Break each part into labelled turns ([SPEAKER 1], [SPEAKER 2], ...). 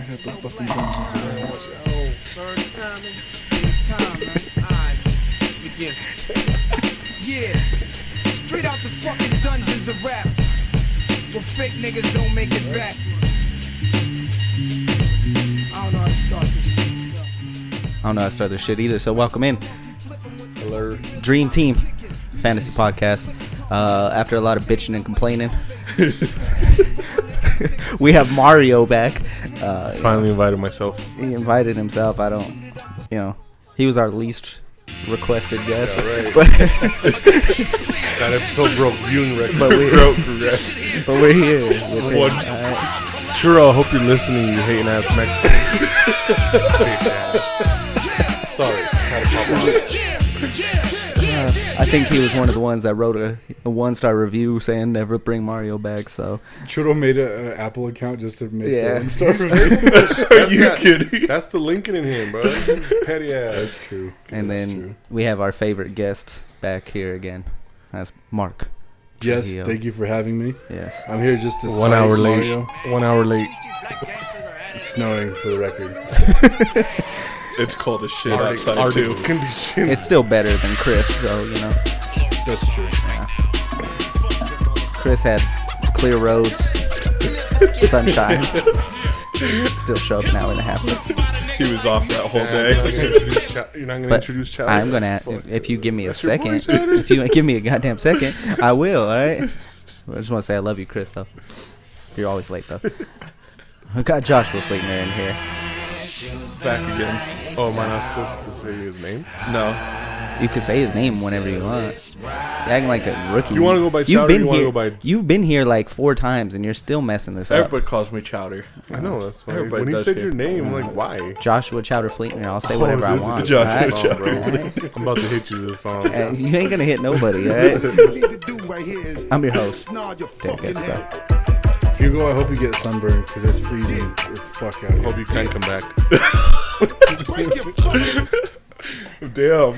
[SPEAKER 1] had the fucking guns.
[SPEAKER 2] Oh, sorry, timing. It's time, man. Alright, begin.
[SPEAKER 3] Yeah, straight out the fucking dungeons of rap. But fake niggas don't make it back. I don't know how to start this shit.
[SPEAKER 4] I don't know how to start this shit either. So welcome in,
[SPEAKER 1] Alert.
[SPEAKER 4] Dream Team Fantasy Podcast. Uh, after a lot of bitching and complaining, we have Mario back. Uh,
[SPEAKER 5] Finally invited myself.
[SPEAKER 4] he invited himself. I don't, you know, he was our least requested guest.
[SPEAKER 5] right.
[SPEAKER 4] But
[SPEAKER 5] That episode broke viewing records.
[SPEAKER 4] But we-
[SPEAKER 5] broke records.
[SPEAKER 4] but we're here. with him.
[SPEAKER 5] One. Churro, I hope you're listening, you hating ass Mexican. Bitch ass. Sorry. Had to pop on.
[SPEAKER 4] I think he was one of the ones that wrote a, a one-star review saying never bring Mario back. So
[SPEAKER 1] Trudeau made a- an Apple account just to make
[SPEAKER 4] Yeah.
[SPEAKER 1] their own star review.
[SPEAKER 5] That's you kidding? That's the Lincoln in him, bro. He's Petty ass.
[SPEAKER 1] That's true.
[SPEAKER 4] and
[SPEAKER 1] That's
[SPEAKER 4] then
[SPEAKER 1] true.
[SPEAKER 4] we have our favorite guest back here again. That's Mark.
[SPEAKER 1] yes,
[SPEAKER 4] Trujillo.
[SPEAKER 1] thank you for having me.
[SPEAKER 4] Yes.
[SPEAKER 1] I'm here just to
[SPEAKER 5] One
[SPEAKER 1] slice
[SPEAKER 5] hour late.
[SPEAKER 1] Mario.
[SPEAKER 5] One hour late.
[SPEAKER 1] It's snowing for the record.
[SPEAKER 6] It's cold as shit
[SPEAKER 5] Arctic,
[SPEAKER 6] outside too.
[SPEAKER 5] Arctic condition.
[SPEAKER 4] It's still better than Chris, so you know.
[SPEAKER 1] That's true.
[SPEAKER 4] Chris had clear roads, sunshine. Still show up an hour and a half.
[SPEAKER 6] He was off that whole
[SPEAKER 5] Nah, you're not
[SPEAKER 6] day.
[SPEAKER 5] gonna introduce Chi- You're not going to
[SPEAKER 4] But
[SPEAKER 5] introduce Chowder.
[SPEAKER 4] I'm gonna.
[SPEAKER 5] Fuck.
[SPEAKER 4] If, if you give me a
[SPEAKER 5] That's your boy,
[SPEAKER 4] second, if you give me a goddamn second, I will. All right. I just want to say I love you, Chris. Though you're always late, though. I got Joshua Fleetner in here.
[SPEAKER 6] Back again.
[SPEAKER 5] Oh, am I not supposed to say his name?
[SPEAKER 6] No.
[SPEAKER 4] You can say his name whenever you want. You're acting like a rookie.
[SPEAKER 5] You wanna go by Chowder or you wanna
[SPEAKER 4] here,
[SPEAKER 5] go by-
[SPEAKER 4] You've been here like four times, and you're still messing this up.
[SPEAKER 6] Everybody calls me Chowder.
[SPEAKER 5] I know that's why.
[SPEAKER 6] Everybody
[SPEAKER 5] when he
[SPEAKER 6] does
[SPEAKER 5] said
[SPEAKER 6] here.
[SPEAKER 5] your name, I'm like, why?
[SPEAKER 4] Joshua Chowder Fleetner. I'll say whatever I
[SPEAKER 5] Oh, this is
[SPEAKER 4] want.
[SPEAKER 5] the
[SPEAKER 4] all right?
[SPEAKER 5] Joshua song, bro. I'm about to hit you with this song.
[SPEAKER 4] And you ain't gonna hit nobody. All right. I'm your host. Dick
[SPEAKER 7] Dick
[SPEAKER 4] is back.
[SPEAKER 1] Hugo, I hope you get sunburned because it's freezing as fuck out
[SPEAKER 5] Hope
[SPEAKER 1] here.
[SPEAKER 5] you can come back.
[SPEAKER 7] Break
[SPEAKER 5] Damn,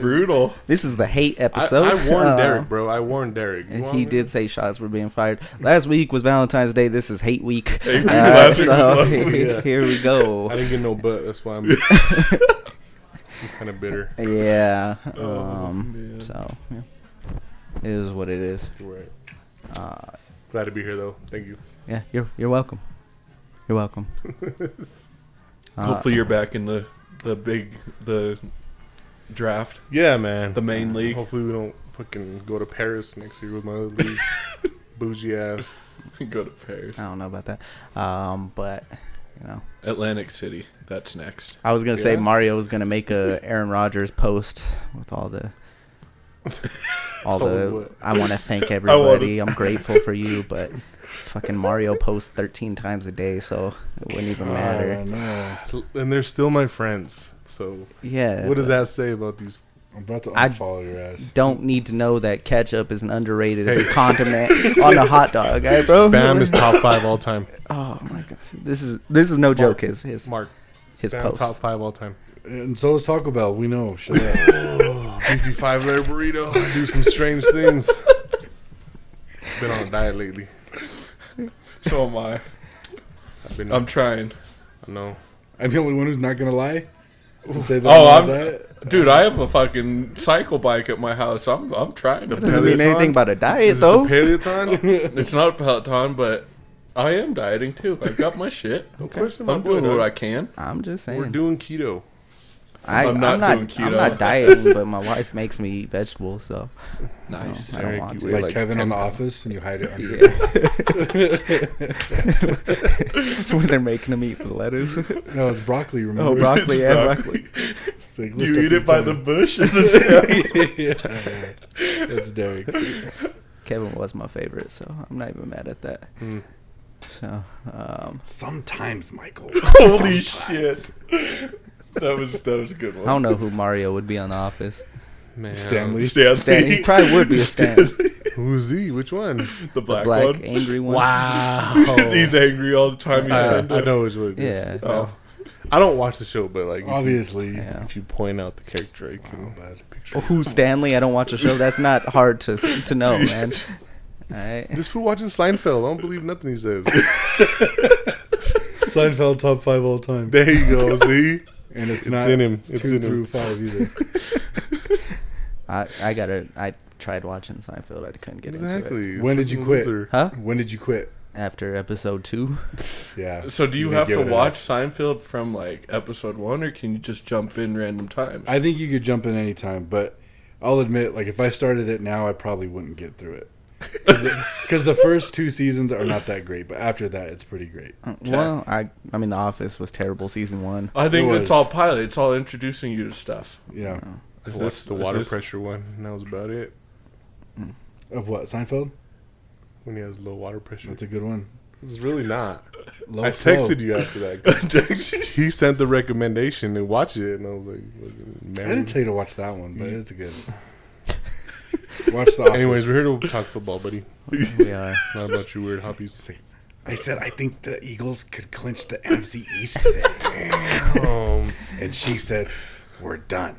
[SPEAKER 5] brutal.
[SPEAKER 4] This is the hate
[SPEAKER 5] I,
[SPEAKER 4] episode.
[SPEAKER 5] I warned
[SPEAKER 4] Uh,
[SPEAKER 5] Derek, bro. I warned Derek. You
[SPEAKER 4] and
[SPEAKER 5] want
[SPEAKER 4] He
[SPEAKER 5] me-
[SPEAKER 4] did say shots were being fired. Last week was Valentine's Day. This is hate week.
[SPEAKER 5] week.
[SPEAKER 4] Uh,
[SPEAKER 5] Last week was
[SPEAKER 4] so
[SPEAKER 5] last week, yeah.
[SPEAKER 4] here we
[SPEAKER 5] I
[SPEAKER 4] go.
[SPEAKER 5] didn't get no butt. That's why I'm, I'm kind of bitter.
[SPEAKER 4] Yeah.
[SPEAKER 5] Oh,
[SPEAKER 4] Um, so yeah. it is what it is.
[SPEAKER 5] You're Right.
[SPEAKER 4] Uh,
[SPEAKER 5] Glad to be here, though. Thank you.
[SPEAKER 4] Yeah, you're you're welcome. You're welcome. Uh,
[SPEAKER 6] Hopefully you're back in the the big the draft,
[SPEAKER 5] Yeah, man.
[SPEAKER 6] the main league.
[SPEAKER 5] Hopefully we don't fucking go to Paris next year with my other league. Bougie ass.
[SPEAKER 6] Go to Paris.
[SPEAKER 4] I don't know about that. Um, but you know,
[SPEAKER 6] Atlantic City. That's next.
[SPEAKER 4] I was gonna say
[SPEAKER 5] Yeah.
[SPEAKER 4] Mario was gonna make a Aaron Rodgers post with all the all
[SPEAKER 5] Oh,
[SPEAKER 4] the
[SPEAKER 5] what?
[SPEAKER 4] I want to thank everybody. I'm grateful for you, but fucking Mario posts 13 times a day, so it wouldn't even matter.
[SPEAKER 5] Uh,
[SPEAKER 1] Oh, no.
[SPEAKER 5] And they're still my friends. So
[SPEAKER 4] Yeah.
[SPEAKER 5] what does that say about these?
[SPEAKER 1] I'm about to
[SPEAKER 4] I-
[SPEAKER 1] unfollow your ass.
[SPEAKER 4] Don't need to know that ketchup is an underrated
[SPEAKER 5] Hey.
[SPEAKER 4] condiment on a hot dog, hey, bro.
[SPEAKER 5] Spam is top five all time.
[SPEAKER 4] Oh my god, this is this is no joke. His his
[SPEAKER 5] Mark.
[SPEAKER 4] His
[SPEAKER 5] Spam
[SPEAKER 4] post.
[SPEAKER 5] top five all time.
[SPEAKER 1] And so is Taco Bell. We know. Shut up.
[SPEAKER 5] Beefy five layer burrito. I do some strange things. Been on a diet lately.
[SPEAKER 6] So am I.
[SPEAKER 5] I've been.
[SPEAKER 6] I'm trying.
[SPEAKER 5] I know.
[SPEAKER 1] I'm the only one who's not gonna lie. And say that
[SPEAKER 6] Oh,
[SPEAKER 1] about
[SPEAKER 6] I'm-
[SPEAKER 1] that.
[SPEAKER 6] Dude, I have a fucking cycle bike at my house. I'm I'm trying to.
[SPEAKER 4] doesn't mean
[SPEAKER 5] Peloton?
[SPEAKER 4] anything about a diet
[SPEAKER 5] Is it the
[SPEAKER 4] though.
[SPEAKER 5] Paleoton?
[SPEAKER 6] It's not a Peloton, but I am dieting too. I've got my shit.
[SPEAKER 5] Question
[SPEAKER 6] I'm
[SPEAKER 5] mark,
[SPEAKER 6] doing
[SPEAKER 5] what
[SPEAKER 6] what I
[SPEAKER 5] I-
[SPEAKER 6] can.
[SPEAKER 4] I'm just saying.
[SPEAKER 5] We're doing keto.
[SPEAKER 4] I,
[SPEAKER 6] I'm
[SPEAKER 4] I'm
[SPEAKER 6] not
[SPEAKER 4] not.
[SPEAKER 6] doing keto.
[SPEAKER 4] I'm not dieting, but my wife makes me eat vegetables, so
[SPEAKER 6] Nice.
[SPEAKER 4] I don't want to.
[SPEAKER 1] Like,
[SPEAKER 5] like
[SPEAKER 1] Kevin on
[SPEAKER 5] 10
[SPEAKER 1] The Office, and you hide it under.
[SPEAKER 4] when they're making them eat the lettuce.
[SPEAKER 1] No, it's broccoli. Remember?
[SPEAKER 4] oh, broccoli and broccoli.
[SPEAKER 1] It's like,
[SPEAKER 6] You
[SPEAKER 1] lift up
[SPEAKER 6] eat
[SPEAKER 1] your
[SPEAKER 6] it by the
[SPEAKER 1] tongue.
[SPEAKER 6] bush.
[SPEAKER 1] That's Derek.
[SPEAKER 4] Kevin was my favorite, so I'm not even mad at that. So, um,
[SPEAKER 1] Sometimes, Michael.
[SPEAKER 6] Holy shit. That was that was a good
[SPEAKER 4] I
[SPEAKER 6] one.
[SPEAKER 4] don't know who Mario would be on The Office.
[SPEAKER 5] Man.
[SPEAKER 1] Stanley.
[SPEAKER 6] Stanley.
[SPEAKER 4] Stan, he probably would be a Stan.
[SPEAKER 5] Who's he? Which one?
[SPEAKER 6] the black,
[SPEAKER 4] Black,
[SPEAKER 6] one.
[SPEAKER 4] angry one.
[SPEAKER 5] Wow.
[SPEAKER 6] He's angry all the time. He's
[SPEAKER 5] Uh, I
[SPEAKER 6] I
[SPEAKER 5] know which one. it is.
[SPEAKER 4] Yeah.
[SPEAKER 5] Oh. I don't watch the show, but like, if you,
[SPEAKER 1] Obviously.
[SPEAKER 4] Yeah.
[SPEAKER 5] if you point out the character, I can picture. it.
[SPEAKER 4] Who's Stanley? I don't watch the show. That's not hard to s- to know, man. All right.
[SPEAKER 5] This fool watches Seinfeld. I don't believe nothing he says.
[SPEAKER 1] Seinfeld top five all time.
[SPEAKER 5] There you go. See,
[SPEAKER 1] And
[SPEAKER 5] It's
[SPEAKER 1] it's not
[SPEAKER 5] in him. It's
[SPEAKER 1] two
[SPEAKER 5] in him.
[SPEAKER 1] through five either.
[SPEAKER 4] I, I gotta. I tried watching Seinfeld. I couldn't get into it.
[SPEAKER 5] exactly.
[SPEAKER 1] When did you quit?
[SPEAKER 5] Loser.
[SPEAKER 4] Huh?
[SPEAKER 1] When did you quit?
[SPEAKER 4] After episode two,
[SPEAKER 1] Yeah.
[SPEAKER 6] So do you
[SPEAKER 1] Yeah,
[SPEAKER 6] have
[SPEAKER 1] give
[SPEAKER 6] to
[SPEAKER 1] it a-
[SPEAKER 6] watch Seinfeld from like episode one, or can you just jump in random times?
[SPEAKER 1] I think you could jump in any time, but I'll admit, like if I started it now, I probably wouldn't get through it. Because the first two seasons are not that great, but after that, it's pretty great.
[SPEAKER 4] well, I I mean, The Office was terrible season one.
[SPEAKER 6] I think
[SPEAKER 1] It was.
[SPEAKER 6] it's all pilot. It's all introducing you to stuff.
[SPEAKER 1] Yeah.
[SPEAKER 5] Is
[SPEAKER 6] What's
[SPEAKER 5] this the
[SPEAKER 6] is
[SPEAKER 5] water
[SPEAKER 6] this-
[SPEAKER 5] pressure one? And that was about it.
[SPEAKER 1] Of what? Seinfeld?
[SPEAKER 5] When he has low water pressure.
[SPEAKER 1] That's a good one.
[SPEAKER 5] It's really not.
[SPEAKER 1] Low
[SPEAKER 5] I
[SPEAKER 1] flow.
[SPEAKER 5] texted you after that. he sent the recommendation to watch it, and I was like, "Fucking
[SPEAKER 1] I
[SPEAKER 5] married."
[SPEAKER 1] didn't tell you to watch that one, but it's a good. Watch the. Office.
[SPEAKER 5] Anyways, we're here to talk football, buddy.
[SPEAKER 4] We are.
[SPEAKER 5] Not about your weird hobbies.
[SPEAKER 1] I said I think the Eagles could clinch the NFC East today,
[SPEAKER 5] Um,
[SPEAKER 1] and she said, "We're done."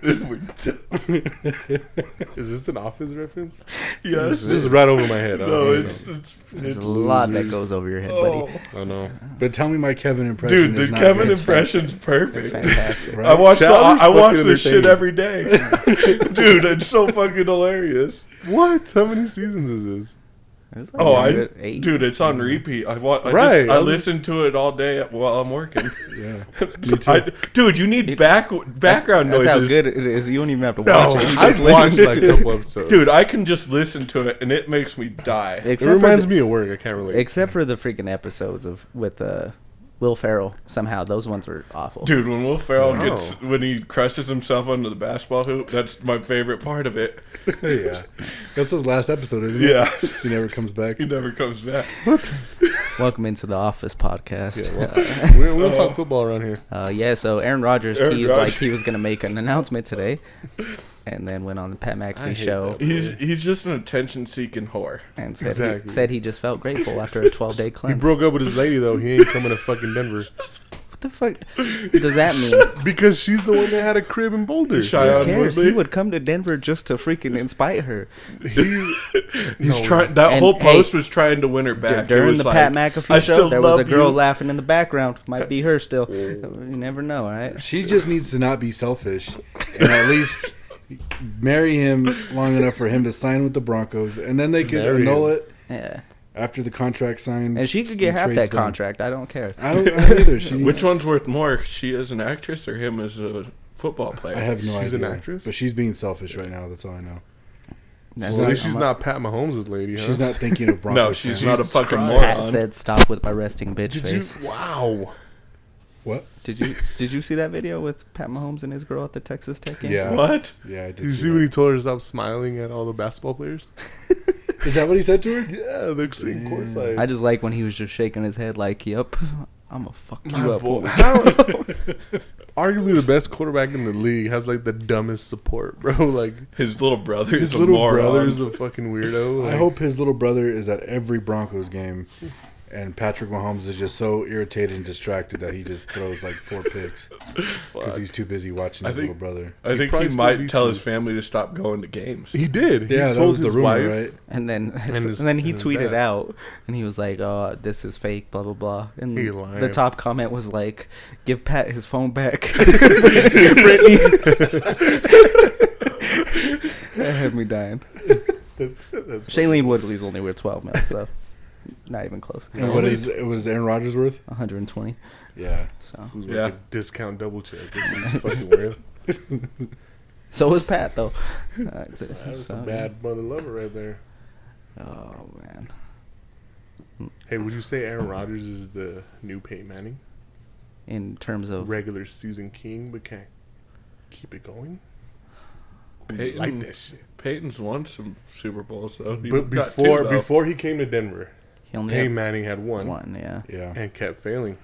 [SPEAKER 5] is this an office reference?
[SPEAKER 6] Yes.
[SPEAKER 5] This is right over my head. I
[SPEAKER 6] no,
[SPEAKER 5] don't even
[SPEAKER 6] it's, it's,
[SPEAKER 4] There's
[SPEAKER 6] it's
[SPEAKER 4] a lot that
[SPEAKER 6] losers.
[SPEAKER 4] goes over your head, buddy.
[SPEAKER 6] Oh.
[SPEAKER 5] know. I know.
[SPEAKER 1] But tell me my Kevin impression.
[SPEAKER 6] Dude,
[SPEAKER 1] is
[SPEAKER 6] the
[SPEAKER 1] not
[SPEAKER 6] Kevin
[SPEAKER 1] good.
[SPEAKER 6] impression's
[SPEAKER 4] It's
[SPEAKER 6] perfect.
[SPEAKER 4] fantastic.
[SPEAKER 1] Right?
[SPEAKER 6] I watch the,
[SPEAKER 5] Chowder's
[SPEAKER 6] I watch
[SPEAKER 5] fucking
[SPEAKER 6] this shit
[SPEAKER 5] entertaining.
[SPEAKER 6] every day, dude. It's so fucking hilarious.
[SPEAKER 5] What? How many seasons is this?
[SPEAKER 4] It's like
[SPEAKER 6] Oh, I
[SPEAKER 4] eight.
[SPEAKER 6] dude, it's on repeat. I wa- I
[SPEAKER 5] Right,
[SPEAKER 6] just, I
[SPEAKER 5] I was-
[SPEAKER 6] listen to it all day while I'm working.
[SPEAKER 1] Yeah.
[SPEAKER 6] I- dude, you need back background
[SPEAKER 4] That's how
[SPEAKER 6] noises.
[SPEAKER 4] good it is. You don't even have to
[SPEAKER 6] No,
[SPEAKER 4] watch it. You
[SPEAKER 5] I've
[SPEAKER 4] just
[SPEAKER 5] watched
[SPEAKER 4] listen
[SPEAKER 5] like a
[SPEAKER 4] to it.
[SPEAKER 5] couple episodes.
[SPEAKER 6] Dude, I can just listen to it and it makes me die.
[SPEAKER 5] it
[SPEAKER 4] Except for
[SPEAKER 5] reminds
[SPEAKER 4] the,
[SPEAKER 5] me of work. I can't relate.
[SPEAKER 4] Except for the freaking episodes of with uh, Will Ferrell. Somehow those ones were awful.
[SPEAKER 6] Dude, when Will Ferrell
[SPEAKER 5] Wow.
[SPEAKER 6] gets when he crushes himself under the basketball hoop, that's my favorite part of it.
[SPEAKER 1] yeah. That's his last episode, isn't it?
[SPEAKER 6] Yeah.
[SPEAKER 1] He never comes back.
[SPEAKER 6] He never comes back.
[SPEAKER 4] Welcome into the Office podcast.
[SPEAKER 5] Yeah, well, we, we don't talk football around here.
[SPEAKER 4] Uh, yeah, so Aaron Rodgers
[SPEAKER 6] Aaron
[SPEAKER 4] teased
[SPEAKER 6] Rodgers.
[SPEAKER 4] like he was gonna make an announcement today, and then went on the Pat McAfee
[SPEAKER 5] hate
[SPEAKER 4] show
[SPEAKER 6] He's he's just an attention seeking whore.
[SPEAKER 4] and said
[SPEAKER 5] Exactly.
[SPEAKER 4] he, said he just felt grateful after a 12 day
[SPEAKER 5] He
[SPEAKER 4] cleanse.
[SPEAKER 5] broke up with his lady though. He ain't coming to fucking Denver
[SPEAKER 4] what the fuck does that mean?
[SPEAKER 5] because she's the one that had a crib in Boulder.
[SPEAKER 4] Who
[SPEAKER 6] Shion
[SPEAKER 4] cares? He
[SPEAKER 6] Woodley.
[SPEAKER 4] would come to Denver just to freaking incite her.
[SPEAKER 5] He's,
[SPEAKER 6] He's
[SPEAKER 5] No.
[SPEAKER 6] trying. That
[SPEAKER 4] And,
[SPEAKER 6] whole
[SPEAKER 4] hey,
[SPEAKER 6] post was trying to win her back. It
[SPEAKER 4] During
[SPEAKER 6] was
[SPEAKER 4] the
[SPEAKER 6] like,
[SPEAKER 4] Pat McAfee
[SPEAKER 6] I
[SPEAKER 4] show,
[SPEAKER 6] still
[SPEAKER 4] there was a
[SPEAKER 6] love
[SPEAKER 4] girl
[SPEAKER 6] you.
[SPEAKER 4] laughing in the background. Might be her still. You never know, all right?
[SPEAKER 1] She just needs to not be selfish and at least marry him long enough for him to sign with the Broncos, and then they could
[SPEAKER 5] Marry
[SPEAKER 1] annul
[SPEAKER 5] him.
[SPEAKER 1] it
[SPEAKER 4] Yeah.
[SPEAKER 1] after the contract signed.
[SPEAKER 4] And she could get
[SPEAKER 1] and
[SPEAKER 4] half
[SPEAKER 1] trade's
[SPEAKER 4] that
[SPEAKER 1] done.
[SPEAKER 4] contract. I don't care.
[SPEAKER 1] I don't, I don't either. She
[SPEAKER 6] Which
[SPEAKER 1] needs-
[SPEAKER 6] one's worth more? She as an actress or him as a football player?
[SPEAKER 1] I have no
[SPEAKER 5] She's an
[SPEAKER 1] idea.
[SPEAKER 5] actress?
[SPEAKER 1] but she's being selfish right now. That's all I know.
[SPEAKER 4] That's
[SPEAKER 5] Well, at
[SPEAKER 4] not-
[SPEAKER 5] least she's
[SPEAKER 4] I'm
[SPEAKER 5] not Pat Mahomes' lady. Huh?
[SPEAKER 1] She's not thinking of Broncos.
[SPEAKER 6] no, she's
[SPEAKER 1] fans.
[SPEAKER 6] not a
[SPEAKER 5] Jesus
[SPEAKER 6] fucking
[SPEAKER 5] Christ.
[SPEAKER 6] moron.
[SPEAKER 4] Pat said, "Stop with my resting bitch
[SPEAKER 5] Did
[SPEAKER 4] face."
[SPEAKER 5] you? Wow.
[SPEAKER 1] What?
[SPEAKER 4] Did you Did you see that video with Pat Mahomes and his girl at the Texas Tech game?
[SPEAKER 1] Yeah.
[SPEAKER 6] What?
[SPEAKER 1] Yeah, I did.
[SPEAKER 5] You see when he told her to stop smiling at all the basketball players?
[SPEAKER 1] he? Is that what he said to her?
[SPEAKER 5] Yeah, they're saying course like
[SPEAKER 4] I just like when he was just shaking his head like, "Yep, I'm a fuck you
[SPEAKER 5] My
[SPEAKER 4] up."
[SPEAKER 5] boy.
[SPEAKER 4] boy."
[SPEAKER 5] How- Arguably the best quarterback in the league has like the dumbest support, bro. Like
[SPEAKER 6] His little brother
[SPEAKER 5] his
[SPEAKER 6] is a
[SPEAKER 5] little
[SPEAKER 6] moron.
[SPEAKER 5] brother is a fucking weirdo.
[SPEAKER 1] I
[SPEAKER 5] like-
[SPEAKER 1] hope his little brother is at every Broncos game, and Patrick Mahomes is just so irritated and distracted that he just throws like four picks because he's too busy watching
[SPEAKER 6] I
[SPEAKER 1] his
[SPEAKER 6] think-
[SPEAKER 1] little brother.
[SPEAKER 6] I think
[SPEAKER 5] probably
[SPEAKER 6] he
[SPEAKER 5] still
[SPEAKER 6] might
[SPEAKER 5] beats
[SPEAKER 6] tell
[SPEAKER 5] you.
[SPEAKER 6] his family to stop going to games.
[SPEAKER 5] he did.
[SPEAKER 1] Yeah,
[SPEAKER 5] he
[SPEAKER 1] that was the rumor,
[SPEAKER 5] wife-
[SPEAKER 1] right?
[SPEAKER 4] And then and,
[SPEAKER 5] his-
[SPEAKER 4] then he
[SPEAKER 5] and his
[SPEAKER 4] tweeted
[SPEAKER 5] dad.
[SPEAKER 4] out, and he was like, "Oh, this is fake." Blah blah blah. And
[SPEAKER 5] He
[SPEAKER 4] the
[SPEAKER 5] lying.
[SPEAKER 4] top comment was like, "Give Pat his phone back." Brittany. that had me dying. Shailene Woodley's only worth twelve mil, so not even close.
[SPEAKER 1] And what is it was Aaron Rodgers worth?
[SPEAKER 4] 120.
[SPEAKER 1] Yeah,
[SPEAKER 4] So,
[SPEAKER 5] Who's
[SPEAKER 6] Yeah.
[SPEAKER 5] working discount double check? That's what he's fucking wearing.
[SPEAKER 4] so was Pat though. Uh,
[SPEAKER 5] That was
[SPEAKER 4] so,
[SPEAKER 5] a bad mother lover right there.
[SPEAKER 4] Oh man.
[SPEAKER 5] Hey, would you say Aaron Rodgers is the new Peyton Manning,
[SPEAKER 4] In terms of
[SPEAKER 5] regular season king, but can't keep it going?
[SPEAKER 6] Peyton,
[SPEAKER 5] Like that shit.
[SPEAKER 6] Peyton's won some Super Bowls though. He
[SPEAKER 5] But
[SPEAKER 6] got two,
[SPEAKER 5] before
[SPEAKER 6] though.
[SPEAKER 5] before he came to Denver,
[SPEAKER 4] he only
[SPEAKER 5] Peyton
[SPEAKER 4] had
[SPEAKER 5] Manning had one,
[SPEAKER 4] one, yeah.
[SPEAKER 1] yeah.
[SPEAKER 5] and kept failing.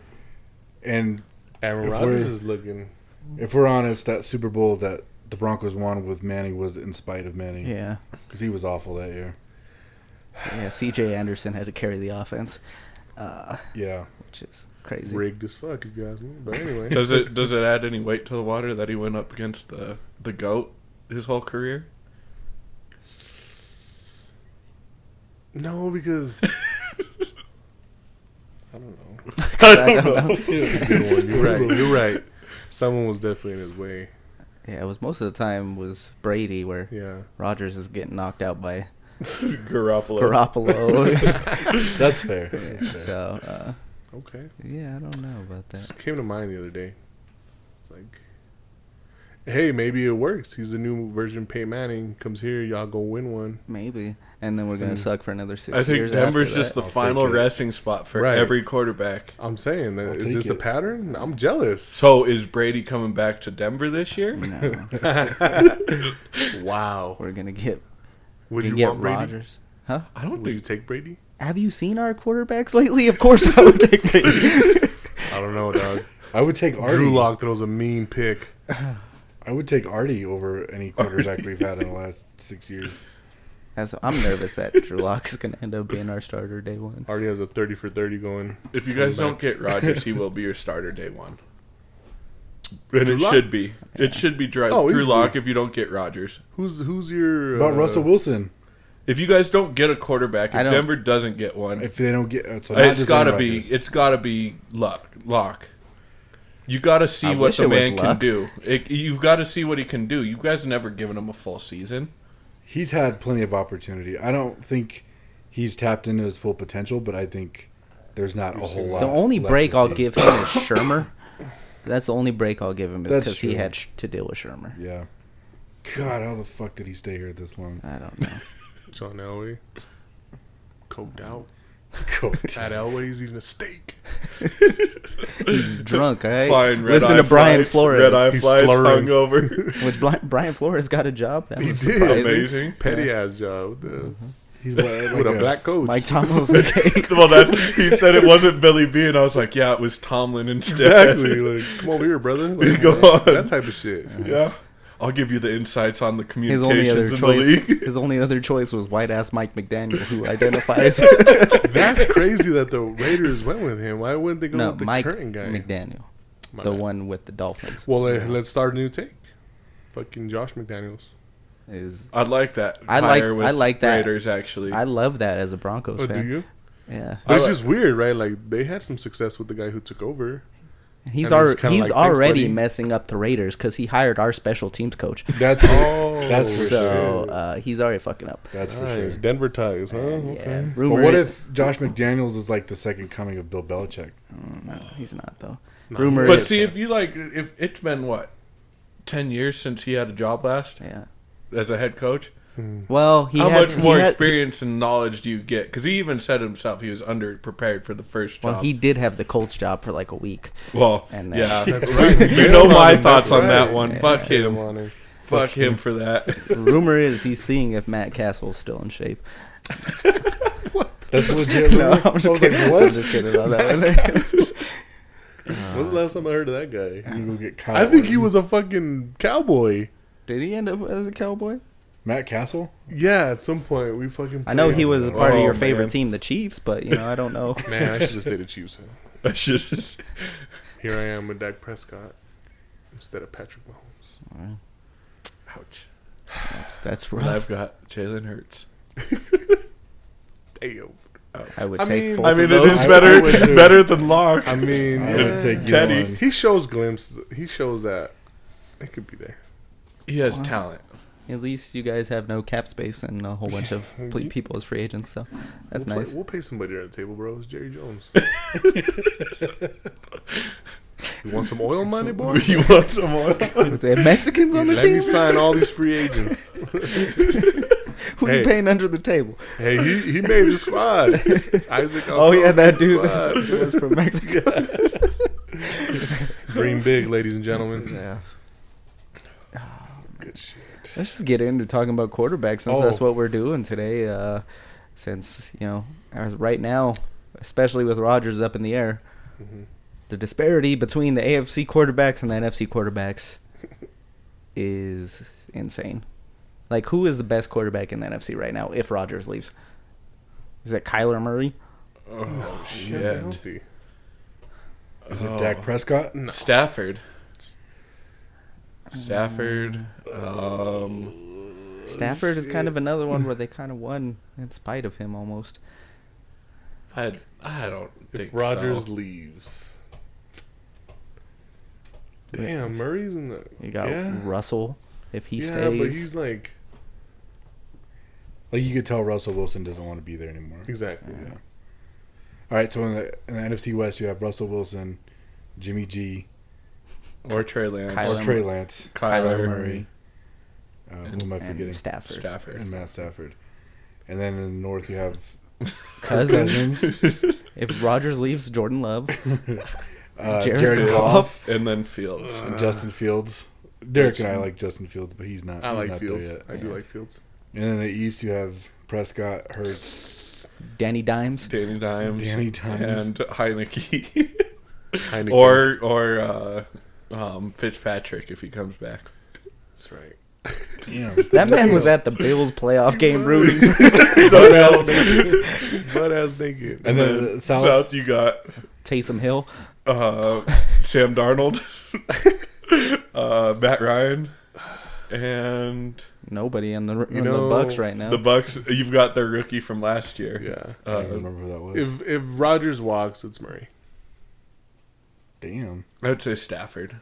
[SPEAKER 1] And
[SPEAKER 5] Aaron
[SPEAKER 1] If
[SPEAKER 5] Rodgers
[SPEAKER 1] we're-
[SPEAKER 5] is looking.
[SPEAKER 1] if we're honest, that Super Bowl that the Broncos won with Manning was in spite of Manning.
[SPEAKER 4] Yeah.
[SPEAKER 1] because he was awful that year.
[SPEAKER 4] Yeah, CJ Anderson had to carry the offense. Uh,
[SPEAKER 1] Yeah,
[SPEAKER 4] which is crazy.
[SPEAKER 5] rigged as fuck, if you guys me. But anyway,
[SPEAKER 6] does it does it add any weight to the water that he went up against the the goat his whole career?
[SPEAKER 5] No, because I don't know.
[SPEAKER 1] I don't, know.
[SPEAKER 5] Good one. You're right.
[SPEAKER 1] Right.
[SPEAKER 5] You're right. Someone was definitely in his way.
[SPEAKER 4] Yeah, it was most of the time was Brady where
[SPEAKER 5] Yeah.
[SPEAKER 4] Rogers is getting knocked out by
[SPEAKER 6] Garoppolo.
[SPEAKER 4] Garoppolo.
[SPEAKER 1] That's fair.
[SPEAKER 4] so uh,
[SPEAKER 5] Okay.
[SPEAKER 4] yeah, I don't know about that.
[SPEAKER 5] Just came to mind the other day. It's like, hey, maybe it works. He's the new version of Peyton Manning. Comes here, y'all go win one.
[SPEAKER 4] Maybe, and then we're
[SPEAKER 5] Mm.
[SPEAKER 4] gonna suck for another six
[SPEAKER 6] I think
[SPEAKER 4] years.
[SPEAKER 6] Denver's
[SPEAKER 4] after
[SPEAKER 6] just the
[SPEAKER 5] I'll take
[SPEAKER 6] final
[SPEAKER 5] it.
[SPEAKER 6] resting spot for
[SPEAKER 5] Right.
[SPEAKER 6] every quarterback.
[SPEAKER 5] I'm saying that is
[SPEAKER 1] take
[SPEAKER 5] this a
[SPEAKER 1] it.
[SPEAKER 5] pattern? I'm jealous.
[SPEAKER 6] So is Brady coming back to Denver this year?
[SPEAKER 4] that. No,
[SPEAKER 5] Wow.
[SPEAKER 4] we're gonna get
[SPEAKER 5] Would
[SPEAKER 4] we
[SPEAKER 5] you
[SPEAKER 4] get
[SPEAKER 5] want Brady?
[SPEAKER 4] Rodgers. Huh?
[SPEAKER 6] I don't
[SPEAKER 5] Would you
[SPEAKER 6] think.
[SPEAKER 5] take Brady?
[SPEAKER 4] Have you seen our quarterbacks lately? Of course I would take Brady.
[SPEAKER 5] I don't know, dog.
[SPEAKER 1] I would take Artie.
[SPEAKER 5] Drew Lock throws a mean pick.
[SPEAKER 1] I would take Artie over any quarterback we've had in the last six years.
[SPEAKER 4] That's, I'm nervous that Drew Lock is gonna end up being our starter day one.
[SPEAKER 5] Already has a thirty for thirty going.
[SPEAKER 6] If you guys
[SPEAKER 5] Coming
[SPEAKER 6] don't
[SPEAKER 5] back.
[SPEAKER 6] get Rodgers, he will be your starter day one. And
[SPEAKER 5] Drew
[SPEAKER 6] it
[SPEAKER 5] Lock?
[SPEAKER 6] should be. It should be dry,
[SPEAKER 5] Oh,
[SPEAKER 6] Drew
[SPEAKER 5] easily.
[SPEAKER 6] Lock if you don't get Rodgers.
[SPEAKER 5] Who's who's your
[SPEAKER 1] About
[SPEAKER 5] uh,
[SPEAKER 1] Russell Wilson,
[SPEAKER 6] If you guys don't get a quarterback,
[SPEAKER 4] I
[SPEAKER 6] if
[SPEAKER 4] don't-
[SPEAKER 6] Denver doesn't get one,
[SPEAKER 1] if they don't get, it's, not
[SPEAKER 6] it's
[SPEAKER 1] just
[SPEAKER 6] got to
[SPEAKER 1] Aaron
[SPEAKER 6] be.
[SPEAKER 1] Rodgers.
[SPEAKER 6] It's got to be Luck. Lock. You got to see
[SPEAKER 4] I
[SPEAKER 6] what
[SPEAKER 4] wish
[SPEAKER 6] the
[SPEAKER 4] it was
[SPEAKER 6] man can
[SPEAKER 4] Luck.
[SPEAKER 6] do. It, you've got to see what he can do. You guys never given him a full season.
[SPEAKER 1] He's had plenty of opportunity. I don't think he's tapped into his full potential, but I think there's not a whole lot.
[SPEAKER 4] The only
[SPEAKER 1] left
[SPEAKER 4] break
[SPEAKER 1] to
[SPEAKER 4] I'll
[SPEAKER 1] see.
[SPEAKER 4] give him is Shermer. That's the only break I'll give him is
[SPEAKER 1] That's
[SPEAKER 4] because he
[SPEAKER 1] true.
[SPEAKER 4] had sh- to deal with Shermer.
[SPEAKER 1] Yeah. God, how the fuck did he stay here this long?
[SPEAKER 4] I don't know.
[SPEAKER 5] John Elway? Coked out.
[SPEAKER 1] God.
[SPEAKER 5] At Elway's eating a steak.
[SPEAKER 4] He's drunk, all right?
[SPEAKER 6] Flying red
[SPEAKER 4] Listen
[SPEAKER 6] eye
[SPEAKER 4] to Brian
[SPEAKER 6] flights,
[SPEAKER 4] Flores,
[SPEAKER 6] Red eye
[SPEAKER 5] He's
[SPEAKER 6] flies
[SPEAKER 5] slurring.
[SPEAKER 6] hungover.
[SPEAKER 4] which Bli- Brian Flores got a job. That
[SPEAKER 5] He
[SPEAKER 4] was
[SPEAKER 5] did.
[SPEAKER 4] surprising.
[SPEAKER 6] Amazing.
[SPEAKER 5] Petty ass job. With the,
[SPEAKER 1] He's what,
[SPEAKER 5] with
[SPEAKER 1] like
[SPEAKER 5] a black coach.
[SPEAKER 4] Mike Tomlin was like, hey,
[SPEAKER 6] well, that he said it wasn't Billy B, and I was like, yeah, it was Tomlin instead.
[SPEAKER 5] Exactly. Like, come over here, brother. Like,
[SPEAKER 6] Go on.
[SPEAKER 5] That type of shit.
[SPEAKER 6] Yeah. I'll give you the insights on the
[SPEAKER 4] his only other
[SPEAKER 6] communications in the
[SPEAKER 4] choice.
[SPEAKER 6] league.
[SPEAKER 4] His only other choice was white ass Mike McDaniel, who identifies.
[SPEAKER 5] That's crazy that the Raiders went with him. Why wouldn't they go
[SPEAKER 4] no,
[SPEAKER 5] with the
[SPEAKER 4] Mike
[SPEAKER 5] current guy?
[SPEAKER 4] McDaniel,
[SPEAKER 5] My
[SPEAKER 4] the
[SPEAKER 5] bad.
[SPEAKER 4] one with the Dolphins,
[SPEAKER 5] Well, eh, let's start a new take. Fucking Josh McDaniels.
[SPEAKER 4] is.
[SPEAKER 6] I like that.
[SPEAKER 4] I like- I like that.
[SPEAKER 6] Raiders actually.
[SPEAKER 4] I love that as a Broncos
[SPEAKER 5] Oh, do
[SPEAKER 4] fan.
[SPEAKER 5] you?
[SPEAKER 4] Yeah,
[SPEAKER 5] But it's
[SPEAKER 6] like-
[SPEAKER 5] just weird, right? Like they had some success with the guy who took over.
[SPEAKER 4] he's
[SPEAKER 5] I mean, it's
[SPEAKER 4] already
[SPEAKER 5] kinda
[SPEAKER 4] he's
[SPEAKER 5] like, thanks,
[SPEAKER 4] already
[SPEAKER 5] buddy.
[SPEAKER 4] messing up the Raiders because he hired our special teams coach.
[SPEAKER 1] That's for,
[SPEAKER 5] Oh,
[SPEAKER 1] That's for
[SPEAKER 4] So
[SPEAKER 1] sure.
[SPEAKER 4] uh, he's already fucking up.
[SPEAKER 1] that's for
[SPEAKER 5] Nice.
[SPEAKER 1] sure.
[SPEAKER 5] Denver ties, huh?
[SPEAKER 4] Yeah,
[SPEAKER 5] Okay.
[SPEAKER 1] But
[SPEAKER 4] rumor.
[SPEAKER 1] what
[SPEAKER 4] is-
[SPEAKER 1] if Josh McDaniels is like the second coming of Bill Belichick?
[SPEAKER 4] Mm, No, he's not though.
[SPEAKER 5] No.
[SPEAKER 4] Rumor.
[SPEAKER 6] but
[SPEAKER 4] is-
[SPEAKER 6] see, if you like, if it's been what ten years since he had a job last
[SPEAKER 4] yeah.
[SPEAKER 6] as a head coach,
[SPEAKER 4] Well, he
[SPEAKER 6] how
[SPEAKER 4] had,
[SPEAKER 6] much
[SPEAKER 4] he
[SPEAKER 6] more
[SPEAKER 4] had-
[SPEAKER 6] experience and knowledge do you get? Because he even said himself he was underprepared for the first job.
[SPEAKER 4] Well, he did have the Colts job for like a week.
[SPEAKER 6] Well,
[SPEAKER 4] And then-
[SPEAKER 6] yeah,
[SPEAKER 5] That's right.
[SPEAKER 6] you know my
[SPEAKER 5] That's
[SPEAKER 6] thoughts on
[SPEAKER 5] right.
[SPEAKER 6] that one.
[SPEAKER 4] Yeah.
[SPEAKER 6] Fuck
[SPEAKER 5] Come
[SPEAKER 6] him.
[SPEAKER 5] on in.
[SPEAKER 6] Fuck him for that.
[SPEAKER 4] Rumor is he's seeing if Matt Castle's still in shape.
[SPEAKER 1] That's legit.
[SPEAKER 4] No, I'm
[SPEAKER 1] I
[SPEAKER 4] just
[SPEAKER 1] was
[SPEAKER 4] kidding.
[SPEAKER 1] like,
[SPEAKER 4] I'm
[SPEAKER 1] what?
[SPEAKER 4] just kidding on that one.
[SPEAKER 5] When's the last time I heard of that guy?
[SPEAKER 1] You go get Kyle
[SPEAKER 5] I think
[SPEAKER 1] Orton.
[SPEAKER 5] he was a fucking cowboy.
[SPEAKER 4] Did he end up as a cowboy?
[SPEAKER 1] Matt Castle.
[SPEAKER 5] Yeah, at some point we fucking.
[SPEAKER 4] I know he was a part of
[SPEAKER 6] Oh,
[SPEAKER 4] your
[SPEAKER 6] man.
[SPEAKER 4] favorite team, the Chiefs, but you know I don't know.
[SPEAKER 5] Man, I should just stay the Chiefs. huh?
[SPEAKER 6] I should just.
[SPEAKER 5] Here I am with Dak Prescott instead of Patrick Mahomes.
[SPEAKER 6] Ouch.
[SPEAKER 4] That's, that's
[SPEAKER 6] And I've
[SPEAKER 4] rough.
[SPEAKER 6] got Jalen Hurts.
[SPEAKER 5] Damn.
[SPEAKER 4] I would
[SPEAKER 5] I
[SPEAKER 4] take.
[SPEAKER 5] mean-
[SPEAKER 4] both
[SPEAKER 5] I
[SPEAKER 4] of
[SPEAKER 5] mean, it
[SPEAKER 4] those.
[SPEAKER 1] is- I- better- I would too. better
[SPEAKER 6] than Locke.
[SPEAKER 5] I mean,
[SPEAKER 1] I would
[SPEAKER 5] yeah.
[SPEAKER 1] take either
[SPEAKER 6] Teddy.
[SPEAKER 1] one.
[SPEAKER 5] He shows glimpses. He shows that it could be there.
[SPEAKER 6] He has talent.
[SPEAKER 4] At least you guys have no cap space and a whole bunch of ple- people as free agents, so that's
[SPEAKER 5] we'll
[SPEAKER 4] nice.
[SPEAKER 5] Play, we'll pay somebody at the table, bro. It's Jerry Jones. you want some oil money, boy?
[SPEAKER 6] You want some more?
[SPEAKER 4] They have Mexicans on the
[SPEAKER 5] Let me
[SPEAKER 4] team.
[SPEAKER 5] sign all these free agents.
[SPEAKER 4] Who are
[SPEAKER 5] Hey.
[SPEAKER 4] you paying under the table?
[SPEAKER 5] Hey, he, he made the squad. Isaac.
[SPEAKER 4] Oh yeah,
[SPEAKER 5] Alcala
[SPEAKER 4] that
[SPEAKER 5] made
[SPEAKER 4] dude
[SPEAKER 5] the
[SPEAKER 4] that was from Mexico.
[SPEAKER 5] squad. Dream big, ladies and gentlemen.
[SPEAKER 4] yeah.
[SPEAKER 5] Good shit.
[SPEAKER 4] Let's just get into talking about quarterbacks since
[SPEAKER 5] Oh.
[SPEAKER 4] that's what we're doing today. Uh, since you know, as right now, especially with Rodgers up in the air,
[SPEAKER 5] Mm-hmm.
[SPEAKER 4] the disparity between the AFC quarterbacks and the NFC quarterbacks is insane. Like, who is the best quarterback in the NFC right now if Rodgers leaves? Is it Kyler Murray?
[SPEAKER 6] Oh,
[SPEAKER 5] He has to
[SPEAKER 6] shit.
[SPEAKER 5] healthy.
[SPEAKER 1] Is it
[SPEAKER 5] Oh.
[SPEAKER 1] Dak Prescott?
[SPEAKER 6] Stafford. Stafford. Um,
[SPEAKER 5] Oh,
[SPEAKER 4] Stafford is kind of another one where they kind of won in spite of him almost.
[SPEAKER 6] I I don't think
[SPEAKER 5] If Rogers
[SPEAKER 6] so.
[SPEAKER 5] leaves. Damn, Murray's in the.
[SPEAKER 4] You got
[SPEAKER 5] Yeah.
[SPEAKER 4] Russell if he
[SPEAKER 5] yeah,
[SPEAKER 4] stays.
[SPEAKER 5] but he's like
[SPEAKER 1] Like you could tell Russell Wilson doesn't want to be there anymore.
[SPEAKER 5] exactly.
[SPEAKER 1] Yeah. All right, so in the, in the NFC West, you have Russell Wilson, Jimmy G,
[SPEAKER 6] or Trey Lance,
[SPEAKER 4] Kyler
[SPEAKER 1] or Trey Lance,
[SPEAKER 6] Kyler
[SPEAKER 1] Kyler
[SPEAKER 6] Murray.
[SPEAKER 1] Murray. Uh, who am I forgetting?
[SPEAKER 4] and Stafford.
[SPEAKER 6] Stafford.
[SPEAKER 1] and Matt Stafford. And then in the North, you have
[SPEAKER 4] Cousins. if Rogers leaves, Jordan Love.
[SPEAKER 1] uh,
[SPEAKER 4] Jared
[SPEAKER 1] Jared,
[SPEAKER 4] Goff.
[SPEAKER 1] Goff,
[SPEAKER 6] and then Fields.
[SPEAKER 1] and Justin Fields. Derek and I like Justin Fields, but he's not.
[SPEAKER 5] I
[SPEAKER 1] he's
[SPEAKER 5] like
[SPEAKER 1] not
[SPEAKER 5] Fields.
[SPEAKER 1] There yet.
[SPEAKER 5] I do like Fields.
[SPEAKER 1] And then in the East, you have Prescott, Hurts,
[SPEAKER 4] Danny Dimes.
[SPEAKER 6] Danny Dimes,
[SPEAKER 1] Danny Dimes.
[SPEAKER 6] and Heineke,
[SPEAKER 5] Heineken.
[SPEAKER 6] or or uh, um, Fitzpatrick if he comes back.
[SPEAKER 5] that's right.
[SPEAKER 1] Damn.
[SPEAKER 4] That man was at the Bills playoff game rooting. for-
[SPEAKER 5] Butt ass naked. Butt ass naked.
[SPEAKER 1] And then the Uh, South,
[SPEAKER 6] South, you got
[SPEAKER 4] Taysom Hill.
[SPEAKER 6] uh, Sam Darnold, uh, Matt Ryan, and
[SPEAKER 4] Nobody in the in
[SPEAKER 5] know,
[SPEAKER 4] the Bucks right now.
[SPEAKER 6] the Bucks. You've got their rookie from last year.
[SPEAKER 5] yeah.
[SPEAKER 1] I don't
[SPEAKER 6] Uh,
[SPEAKER 1] even remember who that was.
[SPEAKER 5] If if Rogers walks, it's Murray.
[SPEAKER 1] Damn.
[SPEAKER 6] I would say Stafford.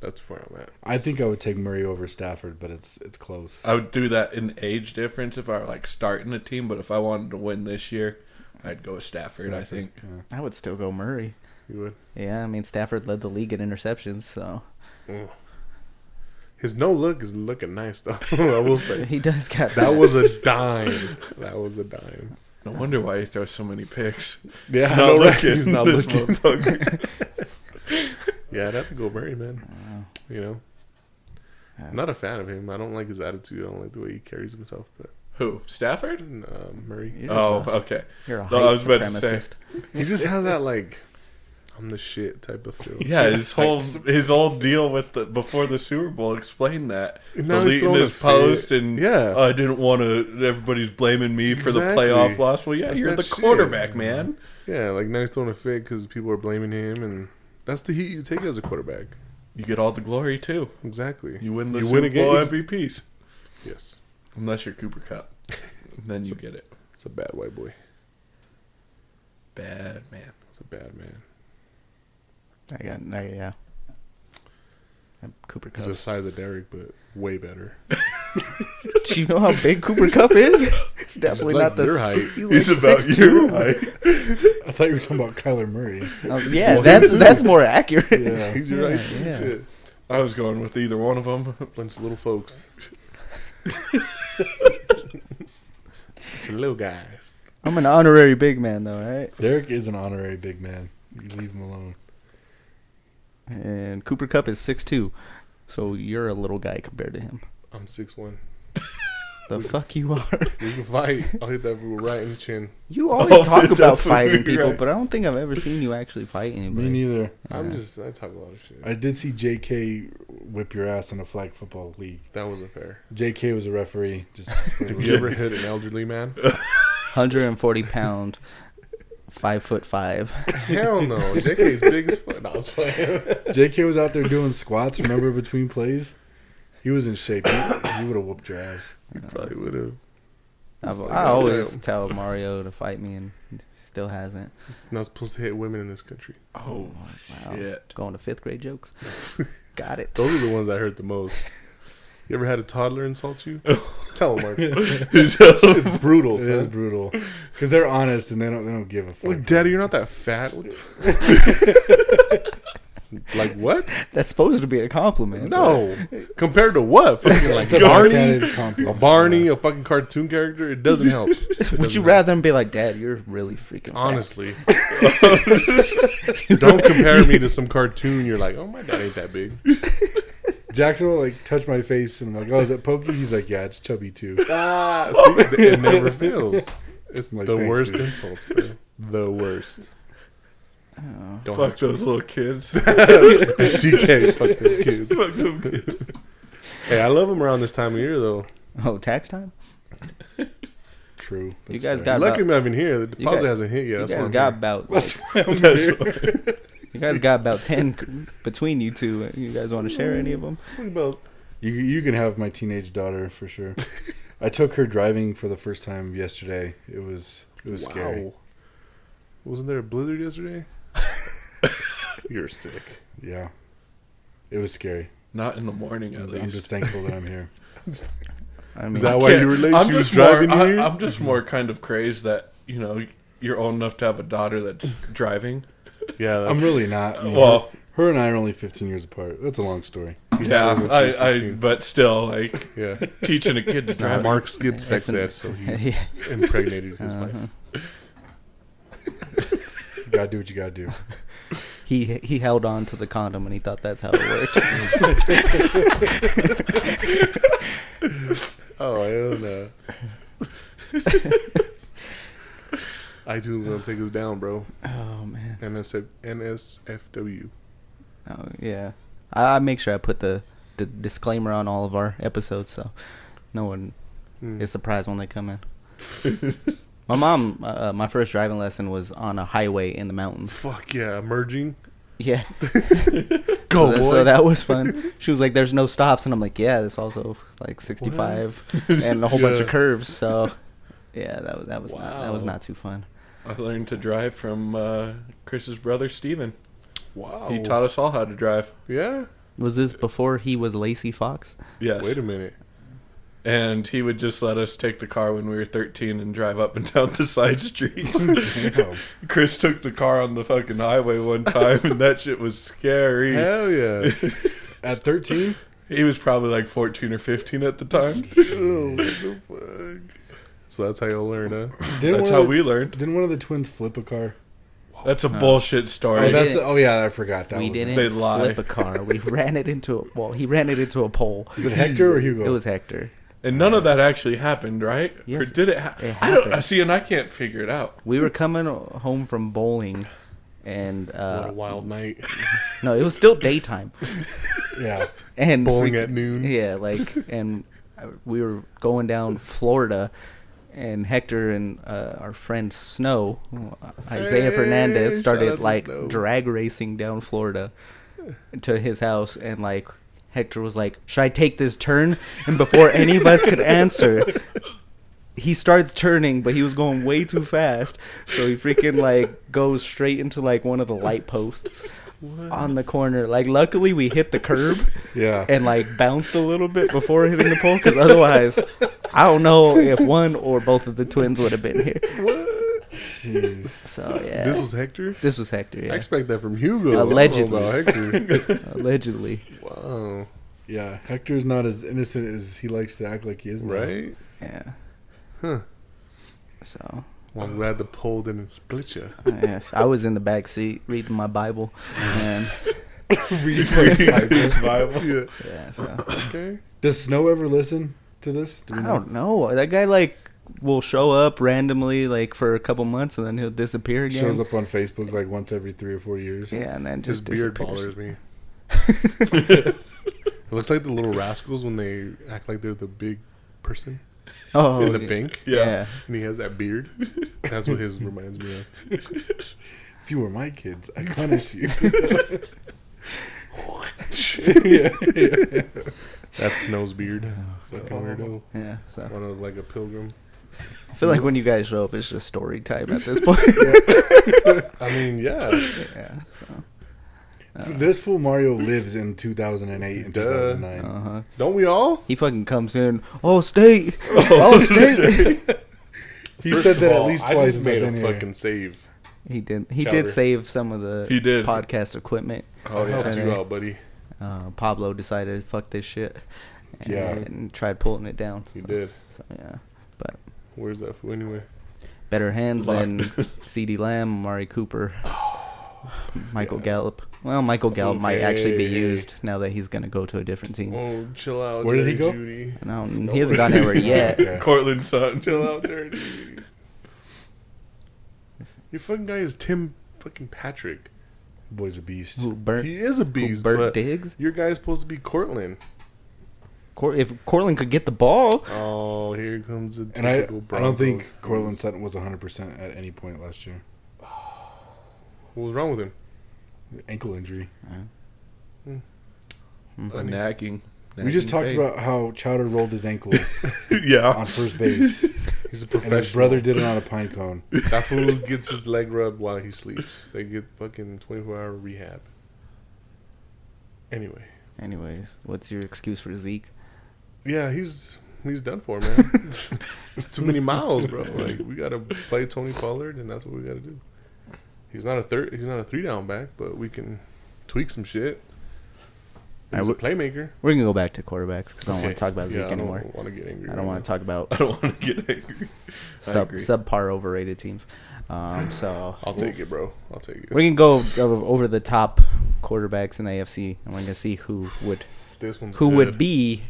[SPEAKER 5] That's where I'm at.
[SPEAKER 1] I think I would take Murray over Stafford, but it's it's close.
[SPEAKER 6] I would do that in age difference if I were like starting a team, but if I wanted to win this year, I'd go with Stafford. I think.
[SPEAKER 4] I would still go Murray.
[SPEAKER 5] You would.
[SPEAKER 4] Yeah, I mean Stafford led the league in interceptions, so
[SPEAKER 5] Mm. His no look is looking nice though. I will say
[SPEAKER 4] he does got
[SPEAKER 5] that was a dime. That was a dime.
[SPEAKER 6] No wonder why he throws so many picks.
[SPEAKER 5] Yeah,
[SPEAKER 6] not looking.
[SPEAKER 5] He's not
[SPEAKER 6] This
[SPEAKER 5] looking. yeah, I'd have to go Murray, man. You know,
[SPEAKER 4] Yeah.
[SPEAKER 5] I'm not a fan of him. I don't like his attitude. I don't like the way he carries himself. But
[SPEAKER 6] Who? Stafford?
[SPEAKER 5] uh, Murray,
[SPEAKER 4] You're just
[SPEAKER 6] Oh,
[SPEAKER 4] a-
[SPEAKER 6] okay.
[SPEAKER 4] you're a
[SPEAKER 6] No, I
[SPEAKER 4] white
[SPEAKER 6] was about to say.
[SPEAKER 4] supremacist.
[SPEAKER 5] he just has that like, I'm the shit type of feel.
[SPEAKER 6] Yeah, his whole
[SPEAKER 5] Like,
[SPEAKER 6] his whole deal with the before the Super Bowl explained that
[SPEAKER 5] And now he's
[SPEAKER 6] deleting
[SPEAKER 5] throwing
[SPEAKER 6] his
[SPEAKER 5] a fit.
[SPEAKER 6] post and
[SPEAKER 5] Yeah.
[SPEAKER 6] I didn't want to. Everybody's blaming me for
[SPEAKER 5] Exactly.
[SPEAKER 6] the playoff loss. Well, yeah,
[SPEAKER 5] That's
[SPEAKER 6] you're
[SPEAKER 5] that
[SPEAKER 6] the
[SPEAKER 5] shit.
[SPEAKER 6] quarterback, man.
[SPEAKER 5] yeah, like now he's throwing a fit because people are blaming him, and that's the heat you take as a quarterback.
[SPEAKER 6] You get all the glory too.
[SPEAKER 5] Exactly.
[SPEAKER 6] You win the
[SPEAKER 5] You
[SPEAKER 6] Super
[SPEAKER 5] win a
[SPEAKER 6] Bowl
[SPEAKER 5] game.
[SPEAKER 6] MVPs,
[SPEAKER 5] Yes,
[SPEAKER 6] unless you're Cooper Cup. then you get it.
[SPEAKER 5] it's a bad white boy.
[SPEAKER 6] Bad man.
[SPEAKER 5] It's a bad man.
[SPEAKER 4] I got I, yeah. And Cooper
[SPEAKER 5] He's
[SPEAKER 4] Cup.
[SPEAKER 5] the size of Derek, but way better.
[SPEAKER 4] Do you know how big Cooper Cup is? It's definitely
[SPEAKER 5] like
[SPEAKER 4] not the
[SPEAKER 5] your
[SPEAKER 4] s-
[SPEAKER 5] height.
[SPEAKER 4] He's,
[SPEAKER 6] He's
[SPEAKER 4] like
[SPEAKER 6] about
[SPEAKER 4] six
[SPEAKER 6] your
[SPEAKER 4] two.
[SPEAKER 6] height.
[SPEAKER 1] I thought you were talking about Kyler Murray.
[SPEAKER 4] Um, yeah, that's that's more accurate.
[SPEAKER 1] Yeah.
[SPEAKER 5] He's your
[SPEAKER 4] Yeah,
[SPEAKER 5] height.
[SPEAKER 4] yeah.
[SPEAKER 5] Shit.
[SPEAKER 6] I was going with either one of them.
[SPEAKER 5] Bunch of little folks. Bunch of little guys.
[SPEAKER 4] I'm an honorary big man though, right?
[SPEAKER 1] Derek is an honorary big man. You leave him alone.
[SPEAKER 4] And Cooper Cup is six two, so you're a little guy compared to him.
[SPEAKER 5] I'm six one.
[SPEAKER 4] The fuck you are. Oh,
[SPEAKER 5] We can fight. I'll hit that fool right in the chin.
[SPEAKER 4] You always talk
[SPEAKER 6] that's
[SPEAKER 4] about
[SPEAKER 6] absolutely
[SPEAKER 4] fighting people,
[SPEAKER 6] right.
[SPEAKER 4] but I don't think I've ever seen you actually fight
[SPEAKER 1] Me
[SPEAKER 4] anybody.
[SPEAKER 1] neither.
[SPEAKER 5] I'm just. I talk a lot of shit.
[SPEAKER 1] I did see J.K. whip your ass in a flag football league.
[SPEAKER 5] that wasn't fair.
[SPEAKER 1] J.K. was a referee. Just
[SPEAKER 5] Have you ever hit an elderly man?
[SPEAKER 4] 140 pound, five foot five.
[SPEAKER 5] Hell no. JK's big as fuck. No, I was playing.
[SPEAKER 1] J.K. was out there doing squats. Remember between plays, he was in shape. He, would have whooped your ass.
[SPEAKER 5] You probably would have.
[SPEAKER 4] I've,
[SPEAKER 5] like,
[SPEAKER 4] I always
[SPEAKER 5] damn.
[SPEAKER 4] tell Mario to fight me, and he still hasn't.
[SPEAKER 5] Not supposed to hit women in this country.
[SPEAKER 6] Oh
[SPEAKER 4] Wow.
[SPEAKER 6] shit!
[SPEAKER 4] Going to fifth grade jokes. Got it.
[SPEAKER 5] Those are the ones that hurt the most. You ever had a toddler insult you? Tell him, Mark. It's brutal.
[SPEAKER 1] It is
[SPEAKER 5] Son.
[SPEAKER 1] brutal because they're honest and they don't they don't give a fuck.
[SPEAKER 5] Like, Daddy, you're not that fat. What the f- like what?
[SPEAKER 4] That's supposed to be a compliment.
[SPEAKER 5] No. uh, Compared to what? Fucking like
[SPEAKER 1] It's a
[SPEAKER 5] Barney,
[SPEAKER 1] backhanded compliment.
[SPEAKER 5] a Barney, a fucking cartoon character. It doesn't help. It
[SPEAKER 4] but Would
[SPEAKER 5] doesn't
[SPEAKER 4] you
[SPEAKER 5] help.
[SPEAKER 4] rather him be like, Dad, you're really freaking honest?
[SPEAKER 5] Honestly, don't compare me to some cartoon. You're like, oh my dad ain't that big.
[SPEAKER 1] Jackson will like touch my face and I'm like, oh, is that pokey? He's like, yeah, it's chubby too.
[SPEAKER 5] Ah, see, it never fails. It's
[SPEAKER 1] Like,
[SPEAKER 5] the
[SPEAKER 1] thanks,
[SPEAKER 5] worst
[SPEAKER 1] dude.
[SPEAKER 5] insults, bro. The worst. Don't
[SPEAKER 6] Fuck those little kids.
[SPEAKER 5] TK. Fuck those kids.
[SPEAKER 6] Fuck them kids.
[SPEAKER 5] Hey, I love them around this time of year though.
[SPEAKER 4] Oh, tax time?
[SPEAKER 1] True.
[SPEAKER 4] You
[SPEAKER 1] That's
[SPEAKER 4] guys got
[SPEAKER 5] Luckily,
[SPEAKER 4] about-
[SPEAKER 5] I'm not even here. The deposit
[SPEAKER 4] guys-
[SPEAKER 5] hasn't hit yet.
[SPEAKER 4] You
[SPEAKER 5] That's why
[SPEAKER 4] guys
[SPEAKER 5] I'm
[SPEAKER 4] got
[SPEAKER 5] here.
[SPEAKER 4] about
[SPEAKER 1] fair. That's why
[SPEAKER 4] you guys got about ten between you two. You guys want to share any of them?
[SPEAKER 5] What about
[SPEAKER 1] you you can have my teenage daughter for sure. I took her driving for the first time yesterday. It was
[SPEAKER 5] it
[SPEAKER 1] It was scary.
[SPEAKER 5] Wasn't there a blizzard yesterday? You're sick.
[SPEAKER 1] Yeah. It was scary.
[SPEAKER 6] Not in the morning, at least.
[SPEAKER 1] I'm just thankful that I'm here.
[SPEAKER 4] I mean,
[SPEAKER 5] Is that why
[SPEAKER 6] Can't-
[SPEAKER 5] you were late?
[SPEAKER 6] I'm
[SPEAKER 5] she was
[SPEAKER 6] just
[SPEAKER 5] driving
[SPEAKER 6] more,
[SPEAKER 5] you here?
[SPEAKER 6] I, am just more kind of crazed that you know you're old enough to have a daughter that's driving.
[SPEAKER 5] yeah, that's
[SPEAKER 1] I'm really not. I mean,
[SPEAKER 6] Well-
[SPEAKER 1] her, her and I are only 15 years apart. That's a long story.
[SPEAKER 6] Yeah,
[SPEAKER 5] when she was
[SPEAKER 6] I, I.
[SPEAKER 5] 15.
[SPEAKER 6] But still, like
[SPEAKER 5] yeah.
[SPEAKER 6] teaching a kid to drive.
[SPEAKER 5] Mark skipped sex
[SPEAKER 4] an-
[SPEAKER 5] ed, so he
[SPEAKER 4] yeah. Uh-huh.
[SPEAKER 5] impregnated his wife.
[SPEAKER 1] You gotta do what you gotta do.
[SPEAKER 4] he he held on to the condom and he thought that's how it worked.
[SPEAKER 5] Oh, I don't know. iTunes gonna take us down, bro.
[SPEAKER 4] oh man.
[SPEAKER 5] NSF, NSFW.
[SPEAKER 4] Oh yeah, I, I make sure I put the, the disclaimer on all of our episodes, so no one
[SPEAKER 5] Hmm.
[SPEAKER 4] is surprised when they come in. my mom, uh, my first driving lesson was on a highway in the mountains.
[SPEAKER 5] Fuck yeah, merging.
[SPEAKER 4] Yeah,
[SPEAKER 5] Go
[SPEAKER 4] so, that,
[SPEAKER 5] boy.
[SPEAKER 4] so that was fun. She was like, "There's no stops," and I'm like, "Yeah, it's also like 65 and a whole bunch of
[SPEAKER 5] Yeah.
[SPEAKER 4] curves." So yeah, that was that was not, that was
[SPEAKER 6] Wow.
[SPEAKER 4] not too fun.
[SPEAKER 6] I learned to drive from uh, Chris's brother Steven.
[SPEAKER 5] wow.
[SPEAKER 6] He taught us all how to drive.
[SPEAKER 5] Yeah.
[SPEAKER 4] Was this before he was Lacey Fox?
[SPEAKER 6] Yes.
[SPEAKER 5] Wait a minute.
[SPEAKER 6] and he would just let us take the car when we were 13 and drive up and down the side streets.
[SPEAKER 1] Damn.
[SPEAKER 6] Chris took the car on the fucking highway one time, and that shit was scary.
[SPEAKER 5] Hell yeah.
[SPEAKER 1] At 13?
[SPEAKER 6] He was probably like 14 or 15 at the time.
[SPEAKER 5] oh, what the fuck? So that's how y'all learn, huh?
[SPEAKER 1] Didn't
[SPEAKER 6] That's
[SPEAKER 1] one
[SPEAKER 6] how
[SPEAKER 1] of the-
[SPEAKER 6] we learned.
[SPEAKER 1] Didn't one of the twins flip a car?
[SPEAKER 6] That's a bullshit
[SPEAKER 1] Oh,
[SPEAKER 6] story.
[SPEAKER 1] that's
[SPEAKER 4] didn't.
[SPEAKER 1] oh yeah, I forgot that.
[SPEAKER 4] we
[SPEAKER 1] was
[SPEAKER 4] didn't
[SPEAKER 6] They lie.
[SPEAKER 4] flip a car. We ran it into a well. He ran it into a pole.
[SPEAKER 1] Is it Hector or Hugo?
[SPEAKER 4] It was Hector.
[SPEAKER 6] and none of that actually happened, right?
[SPEAKER 4] Yes,
[SPEAKER 6] or did it, ha-
[SPEAKER 4] it
[SPEAKER 6] I don't I
[SPEAKER 4] happened.
[SPEAKER 6] see, and I can't figure it out.
[SPEAKER 4] We were coming home from bowling, and
[SPEAKER 5] What a
[SPEAKER 4] uh,
[SPEAKER 5] wild night.
[SPEAKER 4] no, it was still daytime.
[SPEAKER 1] yeah.
[SPEAKER 4] And
[SPEAKER 5] Bowling
[SPEAKER 4] we-
[SPEAKER 5] at noon.
[SPEAKER 4] yeah, like, and uh, we were going down Florida, and Hector and uh, our friend Snow, uh, Isaiah
[SPEAKER 5] Hey,
[SPEAKER 4] Fernandez,
[SPEAKER 5] shout out
[SPEAKER 4] started
[SPEAKER 5] to
[SPEAKER 4] like
[SPEAKER 5] Snow.
[SPEAKER 4] drag racing down Florida to his house, and like. Hector was like, "Should I take this turn?" And before any of us could answer, he starts turning, but he was going way too fast. So he freaking like goes straight into like one of the light posts on the corner. Like luckily we hit the curb
[SPEAKER 1] Yeah.
[SPEAKER 4] and like bounced a little bit before hitting the pole because otherwise I don't know if one or both of the twins would have been here.
[SPEAKER 1] Jeez.
[SPEAKER 4] So yeah,
[SPEAKER 5] This was Hector?
[SPEAKER 4] this was Hector. Yeah,
[SPEAKER 5] I expect that from Hugo. I don't know
[SPEAKER 4] Allegedly.
[SPEAKER 5] about Hector.
[SPEAKER 4] allegedly.
[SPEAKER 5] wow.
[SPEAKER 1] Yeah. Hector's not as innocent as he likes to act like he is. now.
[SPEAKER 5] Right?
[SPEAKER 4] Yeah.
[SPEAKER 5] Huh.
[SPEAKER 4] So
[SPEAKER 5] Well, I'm glad the pole didn't split you.
[SPEAKER 4] I, I was in the back seat reading my Bible, and
[SPEAKER 5] yeah.
[SPEAKER 4] yeah. So.
[SPEAKER 5] Okay.
[SPEAKER 1] Does Snow ever listen to this? Do we
[SPEAKER 4] I
[SPEAKER 1] know?
[SPEAKER 4] don't know. That guy like will show up randomly like for a couple months and then he'll disappear again.
[SPEAKER 1] Shows up on Facebook like once every three or four years.
[SPEAKER 4] Yeah, and then
[SPEAKER 5] His
[SPEAKER 4] just
[SPEAKER 5] beard
[SPEAKER 4] disappears.
[SPEAKER 5] bothers me. it looks like the little rascals when they act like they're the big person
[SPEAKER 4] Oh,
[SPEAKER 5] in the
[SPEAKER 4] yeah.
[SPEAKER 5] bank.
[SPEAKER 4] Yeah.
[SPEAKER 5] And he has that beard. That's what his reminds me of.
[SPEAKER 1] If you were my kids, I'd punish you.
[SPEAKER 5] That's Snow's beard. Fucking
[SPEAKER 1] Oh.
[SPEAKER 5] weirdo.
[SPEAKER 4] yeah, So
[SPEAKER 5] One of like a pilgrim.
[SPEAKER 4] I feel like when you guys show up, it's just story time at this point.
[SPEAKER 5] I mean, yeah.
[SPEAKER 4] yeah. So. Uh.
[SPEAKER 1] this fool Mario lives in 2008 and
[SPEAKER 5] Duh.
[SPEAKER 1] 2009.
[SPEAKER 4] Uh huh.
[SPEAKER 5] Don't we all?
[SPEAKER 4] He fucking comes in. Oh, state. Oh, state.
[SPEAKER 1] He
[SPEAKER 5] First
[SPEAKER 1] said
[SPEAKER 5] of
[SPEAKER 1] that
[SPEAKER 5] all,
[SPEAKER 1] at least
[SPEAKER 5] I
[SPEAKER 1] twice.
[SPEAKER 5] just
[SPEAKER 1] since
[SPEAKER 5] made
[SPEAKER 1] I've
[SPEAKER 5] a
[SPEAKER 1] been here.
[SPEAKER 5] fucking save.
[SPEAKER 4] he did. He
[SPEAKER 5] Chowder. Oh,
[SPEAKER 4] did save some of the
[SPEAKER 6] He did.
[SPEAKER 4] podcast equipment.
[SPEAKER 1] Oh,
[SPEAKER 5] I'll help
[SPEAKER 4] And
[SPEAKER 5] you
[SPEAKER 4] then,
[SPEAKER 5] out, buddy.
[SPEAKER 4] Uh, Pablo decided fuck this shit. And,
[SPEAKER 1] Yeah.
[SPEAKER 4] tried pulling it down.
[SPEAKER 5] He did.
[SPEAKER 4] So, yeah. But
[SPEAKER 5] Where's that fool anyway?
[SPEAKER 4] better hands
[SPEAKER 6] Lock.
[SPEAKER 4] than C.D. Lamb, Amari Cooper, Michael Gallup. Well, Michael Gallup might actually be
[SPEAKER 5] Okay.
[SPEAKER 4] used now that he's going to go to a different team.
[SPEAKER 5] Oh, chill out.
[SPEAKER 1] Where did he
[SPEAKER 5] Jerry
[SPEAKER 1] go?
[SPEAKER 5] Judy.
[SPEAKER 4] No, he hasn't gone anywhere yet.
[SPEAKER 1] Okay.
[SPEAKER 6] Cortland son.
[SPEAKER 5] Chill out, Jared. Your fucking guy is Tim fucking Patrick.
[SPEAKER 1] Boy's a beast.
[SPEAKER 4] Who burnt,
[SPEAKER 5] He is a
[SPEAKER 4] who
[SPEAKER 5] beast,
[SPEAKER 4] burnt
[SPEAKER 5] but
[SPEAKER 4] Diggs?
[SPEAKER 5] your guy's supposed to be Cortland.
[SPEAKER 4] Cor- if Cortland could get the ball,
[SPEAKER 5] Oh, here comes the
[SPEAKER 1] And I,
[SPEAKER 5] typical
[SPEAKER 1] I don't think
[SPEAKER 5] Broncos.
[SPEAKER 1] Cortland Sutton was 100% at any point last year.
[SPEAKER 5] What was wrong with him?
[SPEAKER 1] Ankle injury.
[SPEAKER 6] A nagging.
[SPEAKER 1] we just
[SPEAKER 6] nagging
[SPEAKER 1] talked
[SPEAKER 6] pain.
[SPEAKER 1] about how Chowder rolled his ankle
[SPEAKER 6] yeah.
[SPEAKER 1] on first base.
[SPEAKER 5] He's a
[SPEAKER 1] and
[SPEAKER 5] professional.
[SPEAKER 1] his brother did it on a pine cone.
[SPEAKER 5] That fool gets his leg rubbed while he sleeps. They get fucking 24 hour rehab. Anyway.
[SPEAKER 4] Anyways, what's your excuse for Zeke?
[SPEAKER 5] Yeah, he's he's done for, man. it's too many miles, bro. Like we gotta play Tony Pollard, and that's what we gotta do. He's not a third. He's not a three down back, but we can tweak some shit.
[SPEAKER 4] I
[SPEAKER 5] He's a
[SPEAKER 4] would-
[SPEAKER 5] playmaker.
[SPEAKER 4] We're gonna go back to quarterbacks because I don't want
[SPEAKER 5] Okay.
[SPEAKER 4] to talk about
[SPEAKER 5] Yeah,
[SPEAKER 4] Zeke anymore.
[SPEAKER 5] I don't want to get angry.
[SPEAKER 4] I don't want to talk about
[SPEAKER 6] I don't want to get angry. I
[SPEAKER 4] sub
[SPEAKER 6] agree.
[SPEAKER 4] subpar overrated teams. Um, so
[SPEAKER 5] I'll take it, bro. I'll take it.
[SPEAKER 4] We can go o- over the top quarterbacks in the AFC, and we're gonna see who would
[SPEAKER 5] this one's
[SPEAKER 4] who
[SPEAKER 5] good.
[SPEAKER 4] would be.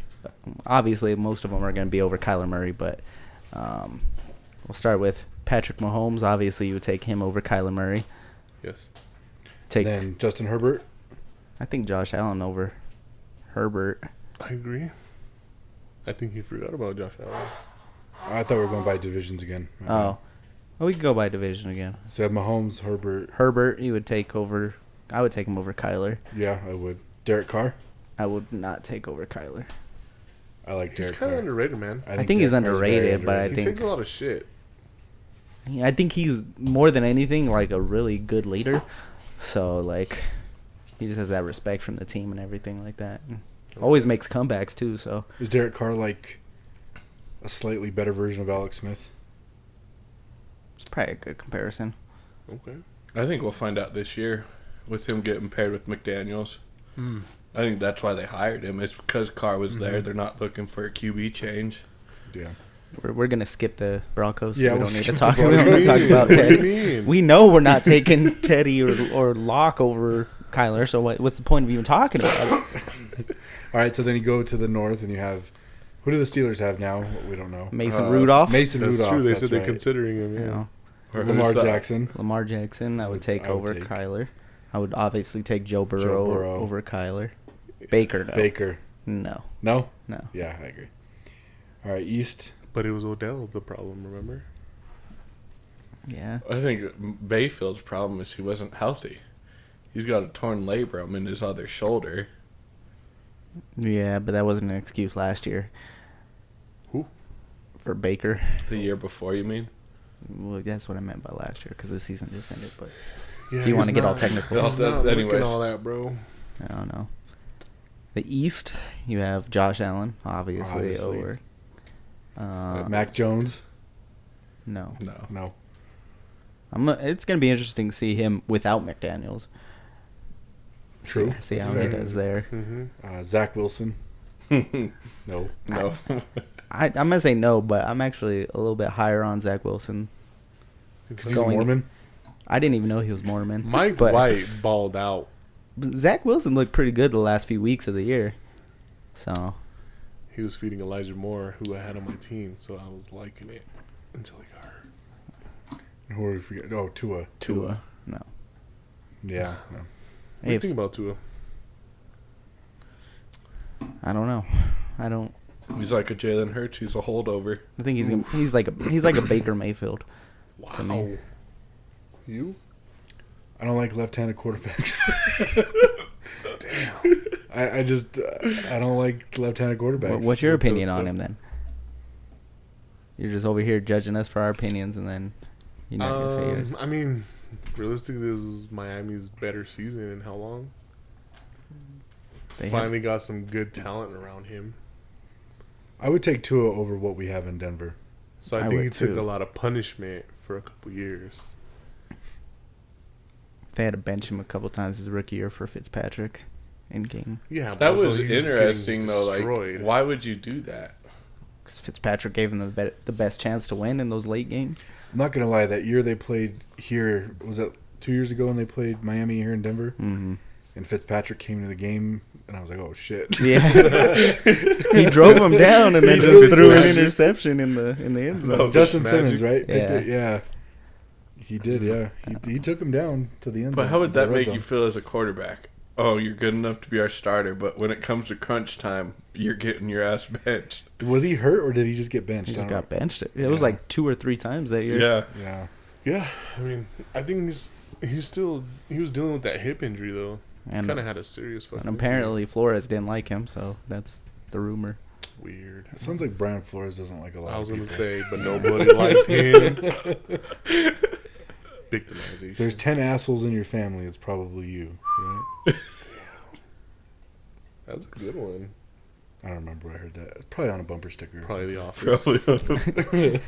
[SPEAKER 4] Obviously, most of them are gonna be over Kyler Murray, but um, we'll start with Patrick Mahomes. Obviously, you would take him over Kyler Murray.
[SPEAKER 5] Yes.
[SPEAKER 4] Take
[SPEAKER 1] Then Justin Herbert.
[SPEAKER 4] I think Josh Allen over Herbert.
[SPEAKER 5] I agree. I think he forgot about Josh Allen.
[SPEAKER 1] I thought we were going by divisions again. My bad.
[SPEAKER 4] Oh, well, we can go by division again.
[SPEAKER 1] So I have Mahomes, Herbert.
[SPEAKER 4] Herbert, you would take over. I would take him over Kyler.
[SPEAKER 1] Yeah, I would. Derek Carr.
[SPEAKER 4] I would not take over Kyler.
[SPEAKER 1] I like
[SPEAKER 5] He's
[SPEAKER 1] Derek
[SPEAKER 5] kind
[SPEAKER 1] Carr.
[SPEAKER 5] of underrated, man.
[SPEAKER 4] I think he's
[SPEAKER 1] Derek Carr's very
[SPEAKER 4] underrated, but I
[SPEAKER 5] he
[SPEAKER 4] think-
[SPEAKER 5] takes a lot of shit.
[SPEAKER 4] Yeah, I think he's more than anything like a really good leader. So like, he just has that respect from the team and everything like that. And Always makes comebacks too. So
[SPEAKER 1] Is Derek Carr like a slightly better version of Alex Smith?
[SPEAKER 4] it's probably a good comparison.
[SPEAKER 5] Okay.
[SPEAKER 6] I think we'll find out this year with him getting paired with McDaniels. I think that's why they hired him. It's because Carr was there. They're not looking for a QB change.
[SPEAKER 1] Yeah.
[SPEAKER 4] We're, we're gonna skip the Broncos.
[SPEAKER 1] Yeah,
[SPEAKER 4] Yeah, we
[SPEAKER 1] we'll
[SPEAKER 4] don't need to
[SPEAKER 1] skip
[SPEAKER 4] talk.
[SPEAKER 1] the
[SPEAKER 4] We don't need to talk
[SPEAKER 1] Broncos.
[SPEAKER 4] about
[SPEAKER 5] What do you
[SPEAKER 4] Teddy.
[SPEAKER 5] mean?
[SPEAKER 4] We know we're not taking Teddy or or Locke over Kyler. So what, what's the point of even talking about it?
[SPEAKER 1] All right, so then you go to the north and you have who do the Steelers have now? We don't know.
[SPEAKER 4] Mason
[SPEAKER 6] Uh,
[SPEAKER 4] Rudolph,
[SPEAKER 1] Mason
[SPEAKER 5] That's
[SPEAKER 1] Rudolph.
[SPEAKER 5] true. They
[SPEAKER 1] that's
[SPEAKER 5] said they're
[SPEAKER 1] right.
[SPEAKER 5] considering him.
[SPEAKER 4] you
[SPEAKER 5] Yeah.
[SPEAKER 4] know,
[SPEAKER 6] Or
[SPEAKER 1] Lamar
[SPEAKER 6] who's the-
[SPEAKER 1] Jackson.
[SPEAKER 4] Lamar Jackson. I would take
[SPEAKER 1] I would
[SPEAKER 4] over
[SPEAKER 1] take-
[SPEAKER 4] Kyler. I would obviously take Joe Burrow,
[SPEAKER 1] Burrow.
[SPEAKER 4] over Kyler. Baker, no.
[SPEAKER 1] Baker.
[SPEAKER 4] No,
[SPEAKER 1] No?
[SPEAKER 4] no.
[SPEAKER 1] Yeah, I agree. All right, East.
[SPEAKER 5] But it was Odell the problem. Remember?
[SPEAKER 4] Yeah.
[SPEAKER 6] I think Bayfield's problem is he wasn't healthy. He's got a torn labrum in his other shoulder.
[SPEAKER 4] Yeah, but that wasn't an excuse last year.
[SPEAKER 5] Who?
[SPEAKER 4] For Baker.
[SPEAKER 6] The year before, you mean?
[SPEAKER 4] Well, that's what I meant by last year because the season just ended. But
[SPEAKER 5] Yeah.
[SPEAKER 4] if you want to
[SPEAKER 5] he's
[SPEAKER 4] get all
[SPEAKER 5] not-
[SPEAKER 4] technical,
[SPEAKER 6] Yeah.
[SPEAKER 5] He's not looking
[SPEAKER 6] Anyways.
[SPEAKER 5] all that, bro.
[SPEAKER 4] I don't know. The East, you have Josh Allen, obviously,
[SPEAKER 1] Obviously.
[SPEAKER 4] over. Uh,
[SPEAKER 1] Mac Jones.
[SPEAKER 4] no,
[SPEAKER 6] No.
[SPEAKER 1] No.
[SPEAKER 4] I'm. not- It's gonna be interesting to see him without McDaniel's.
[SPEAKER 1] True.
[SPEAKER 4] See
[SPEAKER 1] That's
[SPEAKER 4] how he
[SPEAKER 1] fair.
[SPEAKER 4] does there.
[SPEAKER 5] Mm-hmm.
[SPEAKER 1] Uh, Zach Wilson. no.
[SPEAKER 6] No.
[SPEAKER 4] I, I'm gonna say no, but I'm actually a little bit higher on Zach Wilson.
[SPEAKER 1] Because he's
[SPEAKER 4] Going-
[SPEAKER 1] a Mormon.
[SPEAKER 4] I didn't even know he was Mormon.
[SPEAKER 5] Mike
[SPEAKER 4] but
[SPEAKER 5] White balled out.
[SPEAKER 4] Zach Wilson looked pretty good the last few weeks of the year. So
[SPEAKER 5] He was feeding Elijah Moore, who I had on my team, so I was liking it until he got hurt.
[SPEAKER 1] Who are we forgetting? Oh, Tua.
[SPEAKER 4] Tua.
[SPEAKER 1] Yeah. No.
[SPEAKER 5] What do you
[SPEAKER 4] AFC
[SPEAKER 5] think about Tua?
[SPEAKER 4] I don't know. I don't.
[SPEAKER 6] He's like a Jalen Hurts. He's a holdover.
[SPEAKER 4] I think he's gonna, he's like a he's like a Baker Mayfield. To me.
[SPEAKER 5] Wow. You?
[SPEAKER 1] I don't like left-handed quarterbacks. Damn. I, I just uh, I don't like left-handed quarterbacks.
[SPEAKER 4] What, what's your
[SPEAKER 1] It's like the-
[SPEAKER 4] opinion on
[SPEAKER 1] the-
[SPEAKER 4] him then? You're just over here judging us for our opinions, and then you're not gonna say yours.
[SPEAKER 5] Um, I mean, realistically, this was Miami's better season in how long?
[SPEAKER 4] They have-
[SPEAKER 5] Finally got some good talent around him.
[SPEAKER 1] I would take Tua over what we have in Denver.
[SPEAKER 5] So I,
[SPEAKER 4] I
[SPEAKER 5] think
[SPEAKER 4] would
[SPEAKER 5] he took
[SPEAKER 4] too.
[SPEAKER 5] a lot of punishment for a couple years.
[SPEAKER 4] they had to bench him a couple times his rookie year for Fitzpatrick in game
[SPEAKER 5] Yeah, but
[SPEAKER 6] That
[SPEAKER 5] also
[SPEAKER 6] was
[SPEAKER 5] he getting
[SPEAKER 6] interesting, though. Like,
[SPEAKER 5] destroyed.
[SPEAKER 6] why would you do that?
[SPEAKER 4] because Fitzpatrick gave him the be- the best chance to win in those late games.
[SPEAKER 1] I'm not gonna lie. That year they played here was that two years ago when they played Miami here in Denver,
[SPEAKER 4] Mm-hmm.
[SPEAKER 1] and Fitzpatrick came into the game, and I was like, oh shit.
[SPEAKER 4] Yeah, he drove him down and then
[SPEAKER 5] He
[SPEAKER 4] just
[SPEAKER 5] did
[SPEAKER 4] threw an
[SPEAKER 5] magic.
[SPEAKER 4] interception in the in the end zone.
[SPEAKER 5] No,
[SPEAKER 1] Justin
[SPEAKER 5] Oh, just magic.
[SPEAKER 1] Simmons, right? Picked
[SPEAKER 4] Yeah.
[SPEAKER 1] it, yeah. He did, yeah. He, he took him down to the end.
[SPEAKER 6] But
[SPEAKER 1] zone,
[SPEAKER 6] how would
[SPEAKER 1] the
[SPEAKER 6] that
[SPEAKER 1] red
[SPEAKER 6] make
[SPEAKER 1] zone.
[SPEAKER 6] you feel as a quarterback? Oh, you're good enough to be our starter, but when it comes to crunch time, you're getting your ass benched.
[SPEAKER 1] Was he hurt or did he just get benched?
[SPEAKER 4] He
[SPEAKER 1] I
[SPEAKER 4] just got
[SPEAKER 1] don't-
[SPEAKER 4] benched. It was
[SPEAKER 1] Yeah.
[SPEAKER 4] like two or three times that year.
[SPEAKER 6] Yeah.
[SPEAKER 1] yeah.
[SPEAKER 5] Yeah, I mean, I think he's he's still he was dealing with that hip injury though.
[SPEAKER 4] and,
[SPEAKER 5] kind of had a serious fucking.
[SPEAKER 4] and apparently Flores didn't like him, so that's the rumor.
[SPEAKER 5] Weird.
[SPEAKER 1] It sounds like Brian Flores doesn't like a lot
[SPEAKER 5] I was
[SPEAKER 1] of
[SPEAKER 5] gonna
[SPEAKER 1] people.
[SPEAKER 5] say, but nobody liked him. Victimization.
[SPEAKER 1] if there's 10 assholes in your family, it's probably you, right?
[SPEAKER 5] That's a good one.
[SPEAKER 1] I don't remember where I heard that. It's probably on a bumper sticker. or
[SPEAKER 5] Probably the office.
[SPEAKER 6] Probably.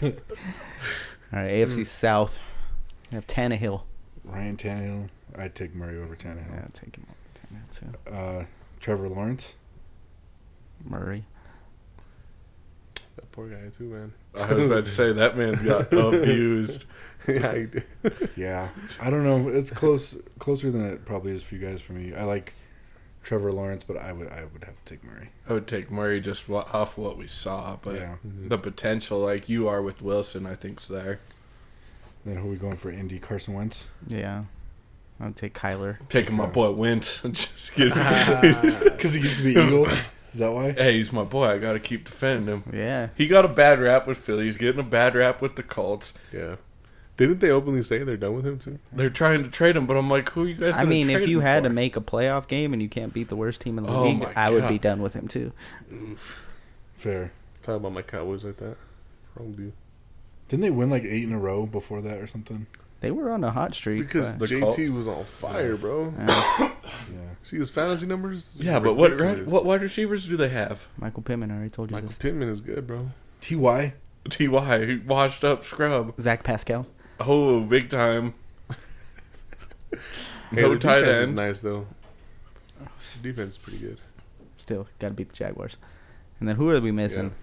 [SPEAKER 4] All right, AFC South. We have Tannehill.
[SPEAKER 1] something. Ryan Tannehill. I'd take Murray over
[SPEAKER 4] Yeah,
[SPEAKER 1] Tannehill.
[SPEAKER 4] take him over Tannehill too.
[SPEAKER 1] Uh, Trevor Lawrence.
[SPEAKER 4] Murray.
[SPEAKER 5] That poor guy too, man.
[SPEAKER 6] I was about to say that man got abused.
[SPEAKER 5] yeah, he did.
[SPEAKER 1] Yeah, I don't know. It's close, closer than it probably is for you guys. For me, I like Trevor Lawrence, but I would, I would have to take Murray.
[SPEAKER 6] I would take Murray just wa- off what we saw, but
[SPEAKER 1] yeah.
[SPEAKER 6] the potential, like you are with Wilson, I think's there.
[SPEAKER 1] Then who are we going for? Indy Carson Wentz.
[SPEAKER 4] Yeah. I'll take Kyler.
[SPEAKER 6] Taking my boy Wentz. I'm just kidding. Uh,
[SPEAKER 1] Because he used to be Eagle. Is that why?
[SPEAKER 6] hey, he's my boy. I got to keep defending him.
[SPEAKER 4] Yeah.
[SPEAKER 6] He got a bad rap with Philly. He's getting a bad rap with the Colts.
[SPEAKER 5] yeah. Didn't they openly say they're done with him too?
[SPEAKER 6] They're trying to trade him, but I'm like, who are you guys?
[SPEAKER 4] I
[SPEAKER 6] gonna
[SPEAKER 4] mean, if
[SPEAKER 6] trade
[SPEAKER 4] you
[SPEAKER 6] him
[SPEAKER 4] had
[SPEAKER 6] for?
[SPEAKER 4] to make a playoff game and you can't beat the worst team in the
[SPEAKER 6] Oh
[SPEAKER 4] league,
[SPEAKER 6] my
[SPEAKER 4] I would be
[SPEAKER 6] God.
[SPEAKER 4] done with him too.
[SPEAKER 1] Fair.
[SPEAKER 5] Talk about my Cowboys like that. Wrong dude.
[SPEAKER 1] Didn't they win like eight in a row before that or something?
[SPEAKER 4] They were on a hot streak.
[SPEAKER 5] Because
[SPEAKER 4] but-
[SPEAKER 6] The
[SPEAKER 5] JT
[SPEAKER 6] Colts?
[SPEAKER 5] was on fire, bro.
[SPEAKER 4] Yeah,
[SPEAKER 1] Yeah.
[SPEAKER 5] See his fantasy numbers?
[SPEAKER 6] yeah, but what right,
[SPEAKER 5] Ridiculous.
[SPEAKER 6] what wide receivers do they have?
[SPEAKER 4] Michael Pittman I already told you
[SPEAKER 5] Michael
[SPEAKER 4] this.
[SPEAKER 5] Pittman is good, bro.
[SPEAKER 1] Ty.
[SPEAKER 6] Ty he washed up scrub.
[SPEAKER 4] Zach Pascal.
[SPEAKER 6] Oh, big time.
[SPEAKER 5] Hey,
[SPEAKER 6] No
[SPEAKER 5] their
[SPEAKER 6] tight
[SPEAKER 5] defense is
[SPEAKER 6] end.
[SPEAKER 5] nice though. Their defense is pretty good.
[SPEAKER 4] Still got to beat the Jaguars. And then who are we missing?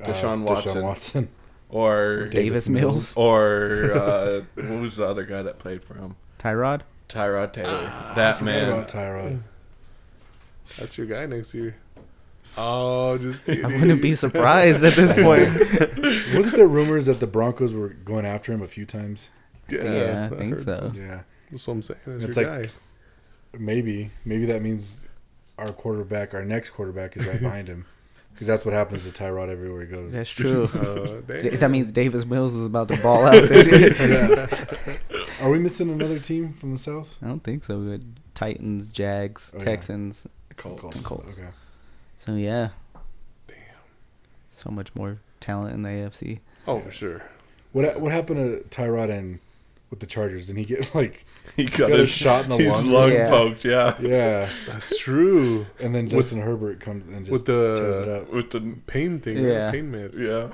[SPEAKER 6] Deshaun Watson.
[SPEAKER 1] uh, Deshaun Watson.
[SPEAKER 6] Or
[SPEAKER 4] Davis,
[SPEAKER 1] Davis
[SPEAKER 4] Mills,
[SPEAKER 6] or uh, what was the other guy that played for him?
[SPEAKER 4] Tyrod.
[SPEAKER 6] Tyrod Taylor. that
[SPEAKER 1] Forgot
[SPEAKER 6] man.
[SPEAKER 1] about Tyrod.
[SPEAKER 5] That's your guy next year. Oh, just kidding.
[SPEAKER 4] I wouldn't be surprised at this point.
[SPEAKER 1] Wasn't there rumors that the Broncos were going after him a few times?
[SPEAKER 5] Yeah,
[SPEAKER 4] yeah, I
[SPEAKER 5] that
[SPEAKER 4] think
[SPEAKER 5] hurts.
[SPEAKER 4] so.
[SPEAKER 1] Yeah.
[SPEAKER 5] That's what I'm saying. That's
[SPEAKER 1] It's
[SPEAKER 5] your
[SPEAKER 1] like-
[SPEAKER 5] guy.
[SPEAKER 1] Maybe. Maybe that means our quarterback, our next quarterback, is right behind him. Because that's what happens to Tyrod everywhere he goes.
[SPEAKER 4] That's true.
[SPEAKER 5] Uh,
[SPEAKER 4] D-
[SPEAKER 5] damn.
[SPEAKER 4] that means Davis Mills is about to ball out this year.
[SPEAKER 1] Are we missing another team from the South?
[SPEAKER 4] I don't think so. We had Titans, Jags,
[SPEAKER 1] Oh, yeah.
[SPEAKER 4] Texans.
[SPEAKER 6] Colts.
[SPEAKER 4] Colts.
[SPEAKER 1] Okay.
[SPEAKER 4] So yeah.
[SPEAKER 5] Damn.
[SPEAKER 4] So much more talent in the AFC.
[SPEAKER 5] oh, for sure.
[SPEAKER 1] What what happened to Tyrod and with the Chargers? Didn't he get like
[SPEAKER 6] He got,
[SPEAKER 1] Got a
[SPEAKER 6] his,
[SPEAKER 1] shot in the
[SPEAKER 6] his
[SPEAKER 1] lungs.
[SPEAKER 6] lung
[SPEAKER 4] Yeah.
[SPEAKER 6] poked, yeah.
[SPEAKER 1] yeah?
[SPEAKER 5] That's true.
[SPEAKER 1] And then
[SPEAKER 5] With-
[SPEAKER 1] Justin Herbert comes and just
[SPEAKER 5] with
[SPEAKER 1] tears it
[SPEAKER 5] the
[SPEAKER 1] up.
[SPEAKER 6] With the
[SPEAKER 5] pain thing,
[SPEAKER 4] Yeah.
[SPEAKER 5] yeah. pain med.
[SPEAKER 6] yeah.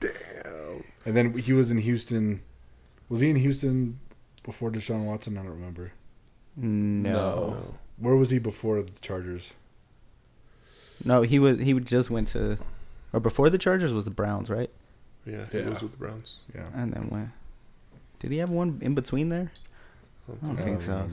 [SPEAKER 5] Damn.
[SPEAKER 1] And then he was in Houston. Was he in Houston before Deshaun Watson? I don't remember.
[SPEAKER 4] No.
[SPEAKER 6] No.
[SPEAKER 1] Where was he before the Chargers?
[SPEAKER 4] No, he was he just went to or before the Chargers was the Browns, right?
[SPEAKER 5] Yeah, he
[SPEAKER 6] Yeah.
[SPEAKER 5] was with the Browns.
[SPEAKER 1] Yeah,
[SPEAKER 4] And then went Did he have one in between there? I don't think so.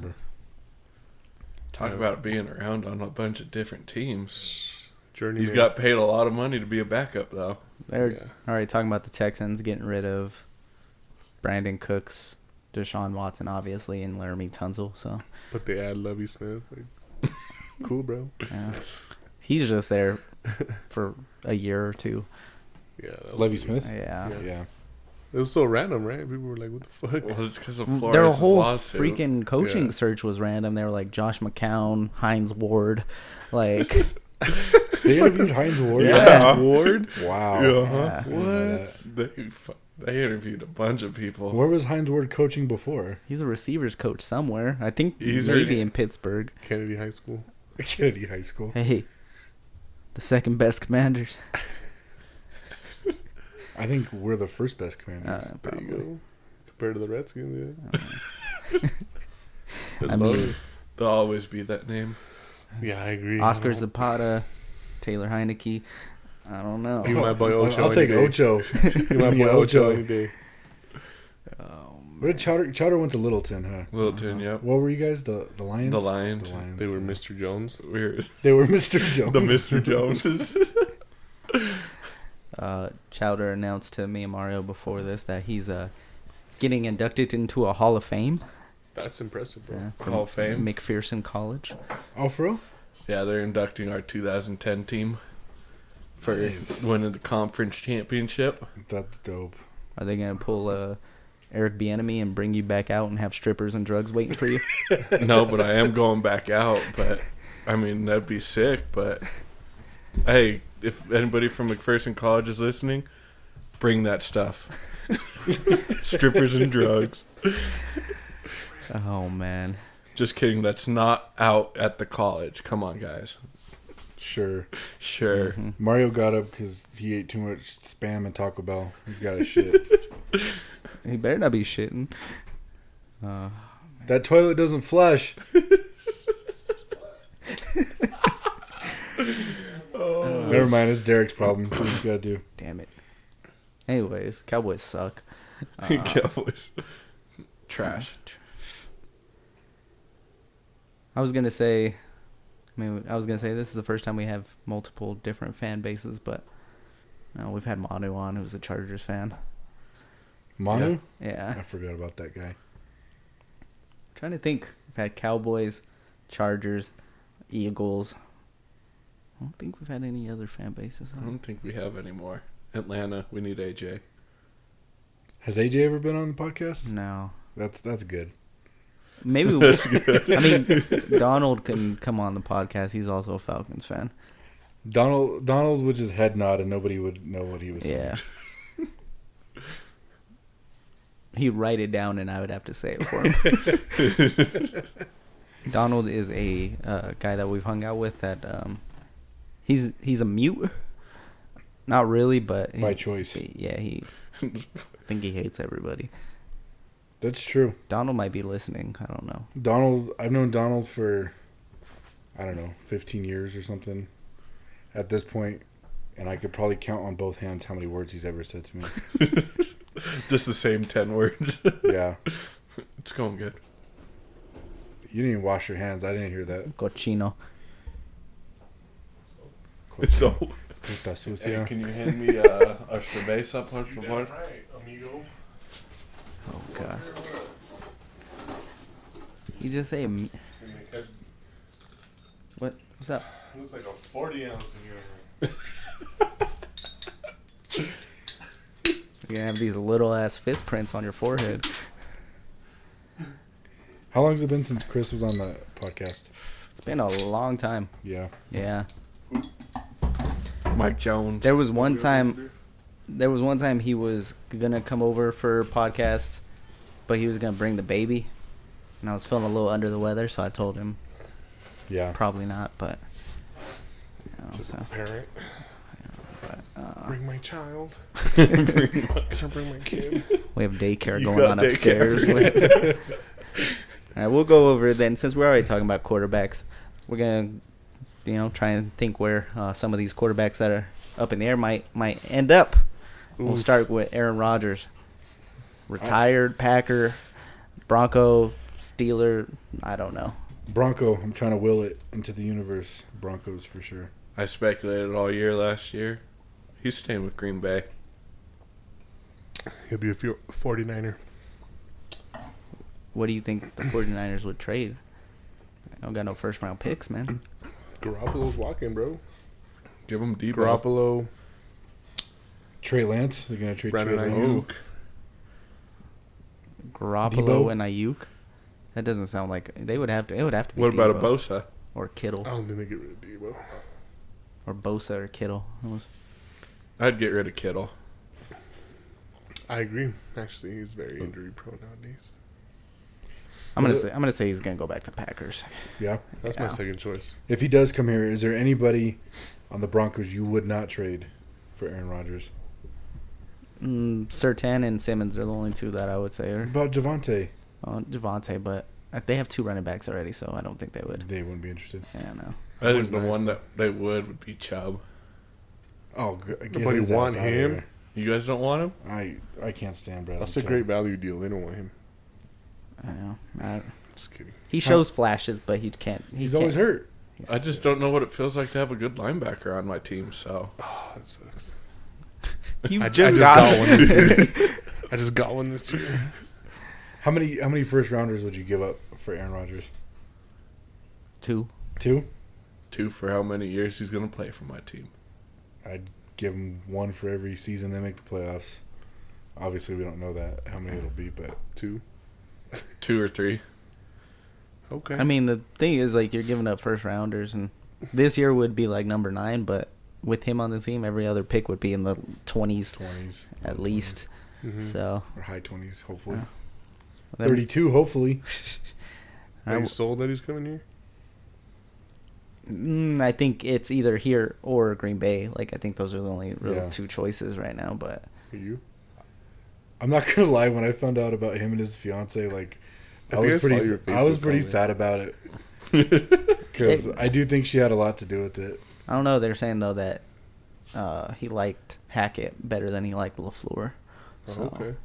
[SPEAKER 6] Talk
[SPEAKER 5] Yeah.
[SPEAKER 6] about being around on a bunch of different teams.
[SPEAKER 5] Journey.
[SPEAKER 6] He's got paid a lot of money to be a backup though.
[SPEAKER 4] They're
[SPEAKER 5] Yeah.
[SPEAKER 4] already talking about the Texans getting rid of Brandon Cooks, Deshaun Watson, obviously, and Laramie Tunzel. So
[SPEAKER 5] But they add Lovey Smith. Like, cool, bro.
[SPEAKER 4] yeah. he's just there for a year or two.
[SPEAKER 5] Yeah. that was
[SPEAKER 1] Levy
[SPEAKER 5] weird.
[SPEAKER 1] Smith.
[SPEAKER 4] Yeah.
[SPEAKER 1] Yeah,
[SPEAKER 5] It was so random, right? People were like, "What the fuck?"
[SPEAKER 6] Well, it's because of Flores'
[SPEAKER 4] Their Mm, whole
[SPEAKER 6] lawsuit.
[SPEAKER 4] freaking coaching
[SPEAKER 5] Yeah.
[SPEAKER 4] search was random. They were like Josh McCown, Heinz Ward, like
[SPEAKER 1] they interviewed Heinz Ward.
[SPEAKER 4] Yeah.
[SPEAKER 6] Ward.
[SPEAKER 1] Wow.
[SPEAKER 6] Uh-huh.
[SPEAKER 1] Yeah.
[SPEAKER 6] What? They fu- they interviewed a bunch of people.
[SPEAKER 1] Where was Heinz Ward coaching before?
[SPEAKER 4] he's a receivers coach somewhere. I think
[SPEAKER 6] He's
[SPEAKER 4] maybe
[SPEAKER 6] already-
[SPEAKER 4] in Pittsburgh.
[SPEAKER 5] Kennedy High School.
[SPEAKER 1] Kennedy High School.
[SPEAKER 4] Hey, the second best commanders.
[SPEAKER 1] I think we're the first best commanders.
[SPEAKER 4] Uh,
[SPEAKER 5] There
[SPEAKER 4] probably.
[SPEAKER 5] you go. Compared to the Redskins, yeah.
[SPEAKER 6] But
[SPEAKER 4] I
[SPEAKER 6] they'll-
[SPEAKER 4] mean-
[SPEAKER 6] they'll always be that name.
[SPEAKER 1] Uh,
[SPEAKER 5] Yeah, I agree.
[SPEAKER 4] Oscar Zapata, Taylor Heineke. I don't know.
[SPEAKER 5] You my boy
[SPEAKER 1] I'll-
[SPEAKER 5] Ocho.
[SPEAKER 1] I'll take
[SPEAKER 5] any day.
[SPEAKER 1] Ocho.
[SPEAKER 5] You my
[SPEAKER 1] Give me
[SPEAKER 5] boy Ocho any
[SPEAKER 1] Ocho.
[SPEAKER 5] day.
[SPEAKER 1] Where did Chowder? Chowder went to Littleton, huh?
[SPEAKER 6] Littleton,
[SPEAKER 4] Uh-huh.
[SPEAKER 6] yep.
[SPEAKER 1] What were you guys? The the Lions.
[SPEAKER 6] The Lions.
[SPEAKER 5] They were
[SPEAKER 1] yeah.
[SPEAKER 5] Mr. Jones.
[SPEAKER 6] We're
[SPEAKER 1] They were Mr. Jones.
[SPEAKER 6] the Mr. Joneses.
[SPEAKER 4] uh, Chowder announced to me and Mario before this that he's uh, getting inducted into a Hall of Fame.
[SPEAKER 5] That's impressive, bro.
[SPEAKER 4] uh, from
[SPEAKER 6] Hall of Fame.
[SPEAKER 4] McPherson College.
[SPEAKER 1] Oh, for real?
[SPEAKER 6] Yeah, they're inducting our 2010 team for
[SPEAKER 1] Nice.
[SPEAKER 6] winning the conference championship.
[SPEAKER 1] That's dope.
[SPEAKER 4] Are they going to pull uh, Eric Bieniemy and bring you back out and have strippers and drugs waiting for you?
[SPEAKER 6] no, but I am going back out. But I mean, that'd be sick. But Hey, if anybody from McPherson College is listening, bring that stuff. Strippers and drugs.
[SPEAKER 4] Oh man.
[SPEAKER 6] Just kidding. That's not out at the college. Come on, guys.
[SPEAKER 1] Sure.
[SPEAKER 6] Sure.
[SPEAKER 1] Mario got up because he ate too much spam and Taco Bell. He's got a shit.
[SPEAKER 4] He better not be shitting. Uh,
[SPEAKER 1] that toilet doesn't flush. Never mind. It's Derek's problem. What he's got to do.
[SPEAKER 4] damn it. Anyways, Cowboys suck.
[SPEAKER 6] Cowboys. Trash.
[SPEAKER 4] I was gonna say, I mean, I was gonna say this is the first time we have multiple different fan bases, but no, we've had Manu on, who's a Chargers fan.
[SPEAKER 1] Manu? I
[SPEAKER 4] Yeah,
[SPEAKER 1] forgot about that guy.
[SPEAKER 4] trying to think. We've had Cowboys, Chargers, Eagles. I don't think we've had any other fan bases.
[SPEAKER 6] I don't think we have any more. Atlanta, we need AJ.
[SPEAKER 1] Has AJ ever been on the podcast?
[SPEAKER 4] No,
[SPEAKER 1] That's that's good.
[SPEAKER 4] maybe. We, I mean, Donald can come on the podcast. He's also a Falcons fan.
[SPEAKER 1] Donald Donald would just head nod and nobody would know what he was saying.
[SPEAKER 4] Yeah. He'd write it down and I would have to say it for him. Donald is a uh, guy that we've hung out with that um, he's he's a mute. Not really, but he-
[SPEAKER 1] By choice.
[SPEAKER 4] Yeah, he I think he hates everybody.
[SPEAKER 1] That's true.
[SPEAKER 4] Donald might be listening, I don't know.
[SPEAKER 1] Donald, I've known Donald for, I don't know, 15 years or something at this point, and I could probably count on both hands how many words he's ever said to me.
[SPEAKER 6] Just the same 10 words.
[SPEAKER 1] yeah.
[SPEAKER 6] it's going good.
[SPEAKER 1] You didn't even wash your hands. I didn't hear that.
[SPEAKER 4] Cochino.
[SPEAKER 6] So,
[SPEAKER 1] Puta
[SPEAKER 6] hey,
[SPEAKER 1] sucia.
[SPEAKER 6] can you hand me uh, our cerveza, por favor?
[SPEAKER 5] amigo.
[SPEAKER 4] Oh god. You just say mu- what what's up?
[SPEAKER 5] Looks like a 40 ounce in here.
[SPEAKER 4] You're gonna have these little ass fist prints on your forehead.
[SPEAKER 1] How long has it been since Chris was on the podcast?
[SPEAKER 4] It's been a long time.
[SPEAKER 1] Yeah.
[SPEAKER 4] Yeah.
[SPEAKER 6] Mike Jones.
[SPEAKER 4] There was one time there was one time he was gonna come over for a podcast, but he was gonna bring the baby. And I was feeling a little under the weather, so I told him
[SPEAKER 1] Yeah.
[SPEAKER 4] probably not, but you know, so,
[SPEAKER 5] Parent,
[SPEAKER 4] but, uh,
[SPEAKER 5] bring my child. Can I bring my kid?
[SPEAKER 4] we have daycare
[SPEAKER 6] You
[SPEAKER 4] going
[SPEAKER 6] got
[SPEAKER 4] on
[SPEAKER 6] daycare.
[SPEAKER 4] upstairs. All right, we'll go over it then since we're already talking about quarterbacks. We're gonna, you know, try and think where uh, some of these quarterbacks that are up in the air might might end up. We'll
[SPEAKER 5] Oof.
[SPEAKER 4] start with Aaron Rodgers,
[SPEAKER 6] Oh.
[SPEAKER 4] retired Packer, Bronco, Steeler. I don't know.
[SPEAKER 1] Bronco, I'm trying to will it into the universe. Broncos for sure.
[SPEAKER 6] I speculated all year last year. He's staying with Green Bay.
[SPEAKER 5] He'll be a few- 49er.
[SPEAKER 4] What do you think the 49ers would trade? I don't got no first round picks, man.
[SPEAKER 5] Garoppolo's walking, bro.
[SPEAKER 6] Give him deep.
[SPEAKER 5] Garoppolo,
[SPEAKER 1] Trey Lance, they're gonna trade
[SPEAKER 5] Brandon
[SPEAKER 1] Trey Lance.
[SPEAKER 5] Ayuk.
[SPEAKER 4] Garoppolo
[SPEAKER 1] Debo?
[SPEAKER 4] and Ayuk. That doesn't sound like they would have to. It would have to be.
[SPEAKER 6] What about a
[SPEAKER 4] Debo
[SPEAKER 6] Bosa?
[SPEAKER 4] or Kittle
[SPEAKER 5] I don't think they get rid of Debo.
[SPEAKER 4] or Bosa or Kittle?
[SPEAKER 6] I'd get rid of Kittle.
[SPEAKER 5] I agree. Actually, he's very injury prone nowadays.
[SPEAKER 4] I'm gonna say I'm gonna say he's gonna go back to Packers.
[SPEAKER 1] Yeah.
[SPEAKER 5] That's my
[SPEAKER 4] Yeah.
[SPEAKER 5] second choice.
[SPEAKER 1] If he does come here, is there anybody on the Broncos you would not trade for Aaron Rodgers?
[SPEAKER 4] Mm, Sertan and Simmons are the only two that I would say
[SPEAKER 1] What
[SPEAKER 4] are
[SPEAKER 1] about Javante?
[SPEAKER 4] oh, Javante, but uh, they have two running backs already, so I don't think they would.
[SPEAKER 1] They wouldn't be interested.
[SPEAKER 4] Yeah, no.
[SPEAKER 6] I think
[SPEAKER 5] Who's
[SPEAKER 6] the
[SPEAKER 5] next?
[SPEAKER 6] one that they would would be Chubb.
[SPEAKER 1] Oh, g- get
[SPEAKER 5] Nobody
[SPEAKER 1] his ass
[SPEAKER 5] want
[SPEAKER 1] out of
[SPEAKER 5] him?
[SPEAKER 1] there.
[SPEAKER 6] You guys don't want him?
[SPEAKER 1] I I can't stand Brad.
[SPEAKER 5] That's a great value deal. They don't want him.
[SPEAKER 4] I know. I,
[SPEAKER 5] Just kidding.
[SPEAKER 4] he shows flashes, but he can't. He
[SPEAKER 1] He's
[SPEAKER 4] can't-
[SPEAKER 1] always hurt.
[SPEAKER 4] he's-
[SPEAKER 6] I just don't know what it feels like to have a good linebacker on my team. So
[SPEAKER 5] Oh, that sucks.
[SPEAKER 4] You
[SPEAKER 5] I- I
[SPEAKER 4] just,
[SPEAKER 5] just
[SPEAKER 4] got,
[SPEAKER 5] got
[SPEAKER 4] one.
[SPEAKER 5] one this I just got one this year.
[SPEAKER 1] How many how many first rounders would you give up for Aaron Rodgers?
[SPEAKER 4] two.
[SPEAKER 1] Two.
[SPEAKER 6] two for how many years he's gonna play for my team?
[SPEAKER 1] I'd give him one for every season they make the playoffs. Obviously, we don't know that how many it'll be, but
[SPEAKER 5] Two.
[SPEAKER 6] Two or three?
[SPEAKER 5] Okay.
[SPEAKER 4] I mean, the thing is, like, you're giving up first rounders, and this year would be like number nine, but with him on the team, every other pick would be in the 20s
[SPEAKER 1] Twenties
[SPEAKER 4] at least.
[SPEAKER 1] Mm-hmm.
[SPEAKER 4] So,
[SPEAKER 1] or high twenties, hopefully.
[SPEAKER 4] then-
[SPEAKER 1] Thirty-two, hopefully.
[SPEAKER 5] Are
[SPEAKER 4] I
[SPEAKER 5] you
[SPEAKER 4] w-
[SPEAKER 5] sold that he's coming here?
[SPEAKER 4] Mm, I think it's either here or Green Bay. Like I think those are the only real
[SPEAKER 1] Yeah.
[SPEAKER 4] two choices right now. But
[SPEAKER 5] Are you?
[SPEAKER 1] I'm not gonna lie. When I found out about him and his fiance, like
[SPEAKER 5] I
[SPEAKER 1] I,
[SPEAKER 5] think I
[SPEAKER 1] was
[SPEAKER 5] saw
[SPEAKER 1] pretty,
[SPEAKER 5] your
[SPEAKER 1] I was
[SPEAKER 5] Facebook
[SPEAKER 1] pretty
[SPEAKER 5] comment.
[SPEAKER 1] sad about it because I do think she had a lot to do with it.
[SPEAKER 4] I don't know. They're saying though that uh, he liked Hackett better than he liked Lafleur.
[SPEAKER 5] Oh,
[SPEAKER 4] So
[SPEAKER 5] okay.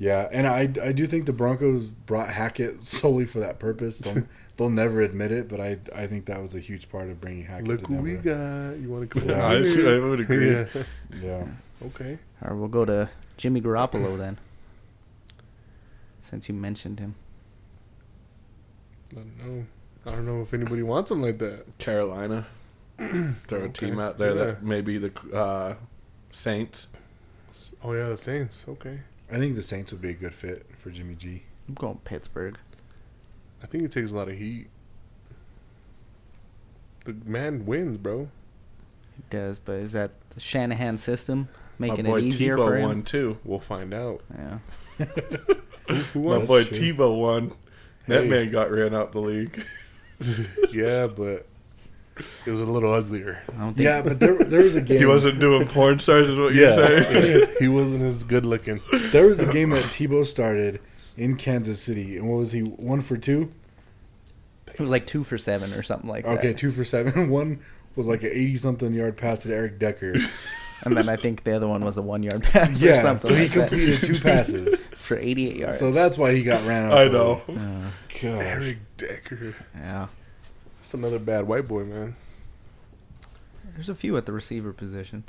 [SPEAKER 1] Yeah, and I, I do think the Broncos brought Hackett solely for that purpose. They'll, they'll never admit it, but I I think that was a huge part of bringing Hackett.
[SPEAKER 5] Look
[SPEAKER 1] to
[SPEAKER 5] who we
[SPEAKER 1] Denver.
[SPEAKER 5] got. You want to come over
[SPEAKER 6] Yeah, I-
[SPEAKER 5] here?
[SPEAKER 6] I would agree.
[SPEAKER 5] Yeah.
[SPEAKER 1] Yeah,
[SPEAKER 5] Okay.
[SPEAKER 4] or we'll go to Jimmy Garoppolo then, since you mentioned him.
[SPEAKER 5] I don't know. I don't know if anybody wants him like that.
[SPEAKER 6] Carolina. Throw a team
[SPEAKER 5] Okay,
[SPEAKER 6] out there
[SPEAKER 5] yeah.
[SPEAKER 6] that maybe the uh, Saints.
[SPEAKER 5] S- Oh yeah, the Saints. Okay.
[SPEAKER 1] I think the Saints would be a good fit for Jimmy G.
[SPEAKER 4] I'm going Pittsburgh.
[SPEAKER 5] I think he takes a lot of heat. The man wins, bro.
[SPEAKER 4] He does, but is that the Shanahan system making
[SPEAKER 6] My boy
[SPEAKER 4] it easier
[SPEAKER 6] Tebow
[SPEAKER 4] for him?
[SPEAKER 6] won too.
[SPEAKER 5] We'll find out.
[SPEAKER 4] Yeah.
[SPEAKER 5] Who
[SPEAKER 6] My
[SPEAKER 5] won?
[SPEAKER 1] that's
[SPEAKER 6] boy
[SPEAKER 1] true.
[SPEAKER 6] Tebow won. That
[SPEAKER 5] Hey.
[SPEAKER 6] man got ran out the league.
[SPEAKER 5] yeah, but it was a little uglier.
[SPEAKER 4] I don't think.
[SPEAKER 1] Yeah, but there there was a game.
[SPEAKER 6] He wasn't doing porn stars, is what you're saying.
[SPEAKER 5] he wasn't as good looking.
[SPEAKER 1] There was a game that Tebow started in Kansas City, and what was he? One for two.
[SPEAKER 4] It was like two for seven or something like that.
[SPEAKER 1] Okay, two for seven. One was like an eighty-something yard pass to Eric Decker.
[SPEAKER 4] And then I think the other one was a one yard pass or
[SPEAKER 1] yeah,
[SPEAKER 4] something.
[SPEAKER 1] so he
[SPEAKER 4] like that.
[SPEAKER 1] completed two passes.
[SPEAKER 4] for 88 yards.
[SPEAKER 1] So that's why he got ran. out
[SPEAKER 6] I
[SPEAKER 1] the
[SPEAKER 6] know.
[SPEAKER 1] league. Gosh.
[SPEAKER 5] Eric Decker.
[SPEAKER 4] yeah.
[SPEAKER 5] That's another bad white boy, man.
[SPEAKER 4] There's a few at the receiver position.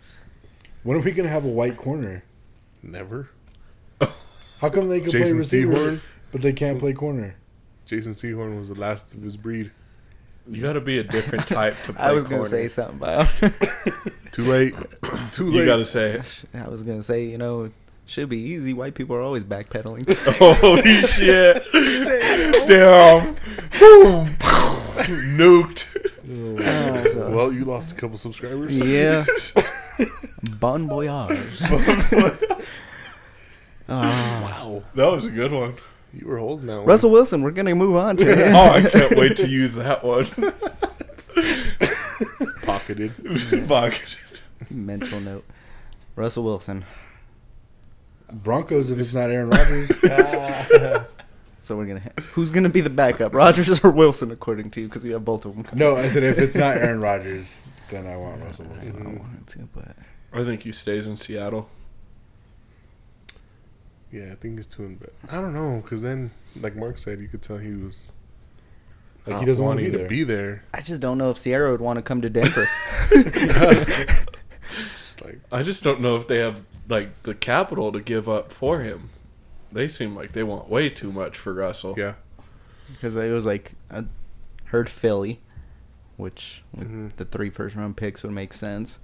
[SPEAKER 1] When are we gonna have a white corner?
[SPEAKER 5] Never.
[SPEAKER 1] How come they can
[SPEAKER 5] Jason
[SPEAKER 1] play receiver,
[SPEAKER 5] Sehorn?
[SPEAKER 1] but they can't play corner?
[SPEAKER 5] Jason Sehorn was the last of his breed.
[SPEAKER 6] You got to be a different type to play
[SPEAKER 4] I was
[SPEAKER 6] corner.
[SPEAKER 4] going to say something about
[SPEAKER 5] Too late. Too late.
[SPEAKER 6] You got to say it.
[SPEAKER 4] I was going to say, you know, it should be easy. White people are always backpedaling.
[SPEAKER 6] Holy shit. Damn. Boom. Nuked.
[SPEAKER 4] Uh, so-
[SPEAKER 5] Well, you lost a couple subscribers.
[SPEAKER 4] yeah. bon voyage. Ah.
[SPEAKER 5] Wow.
[SPEAKER 6] That was a good one.
[SPEAKER 5] You were holding that one.
[SPEAKER 4] Russell Wilson, we're going to move on to him.
[SPEAKER 6] Oh, I can't wait to use that one.
[SPEAKER 5] pocketed.
[SPEAKER 6] Fuck.
[SPEAKER 4] Mental note. Russell Wilson.
[SPEAKER 1] Broncos if it's not Aaron Rodgers.
[SPEAKER 4] So we're gonna. Who's gonna be the backup, Rogers or Wilson, according to you? Because you have both of them.
[SPEAKER 1] no, I said if it's not Aaron Rodgers, then I want Russell
[SPEAKER 4] I
[SPEAKER 1] Wilson.
[SPEAKER 4] don't want to, but
[SPEAKER 6] I think he stays in Seattle.
[SPEAKER 5] Yeah, I think it's to him, but I don't know, because then, like Mark said, you could tell he was
[SPEAKER 1] Like
[SPEAKER 5] not
[SPEAKER 1] he doesn't want
[SPEAKER 5] wanting
[SPEAKER 1] to be
[SPEAKER 5] be there.
[SPEAKER 4] I just don't know if Sierra would want to come to Denver.
[SPEAKER 5] It's just like
[SPEAKER 6] I just don't know if they have like the capital to give up for him. They seem like they want way too much for Russell.
[SPEAKER 5] yeah,
[SPEAKER 4] because it was like I heard Philly, which with
[SPEAKER 5] Mhm.
[SPEAKER 4] the three first round picks would make sense.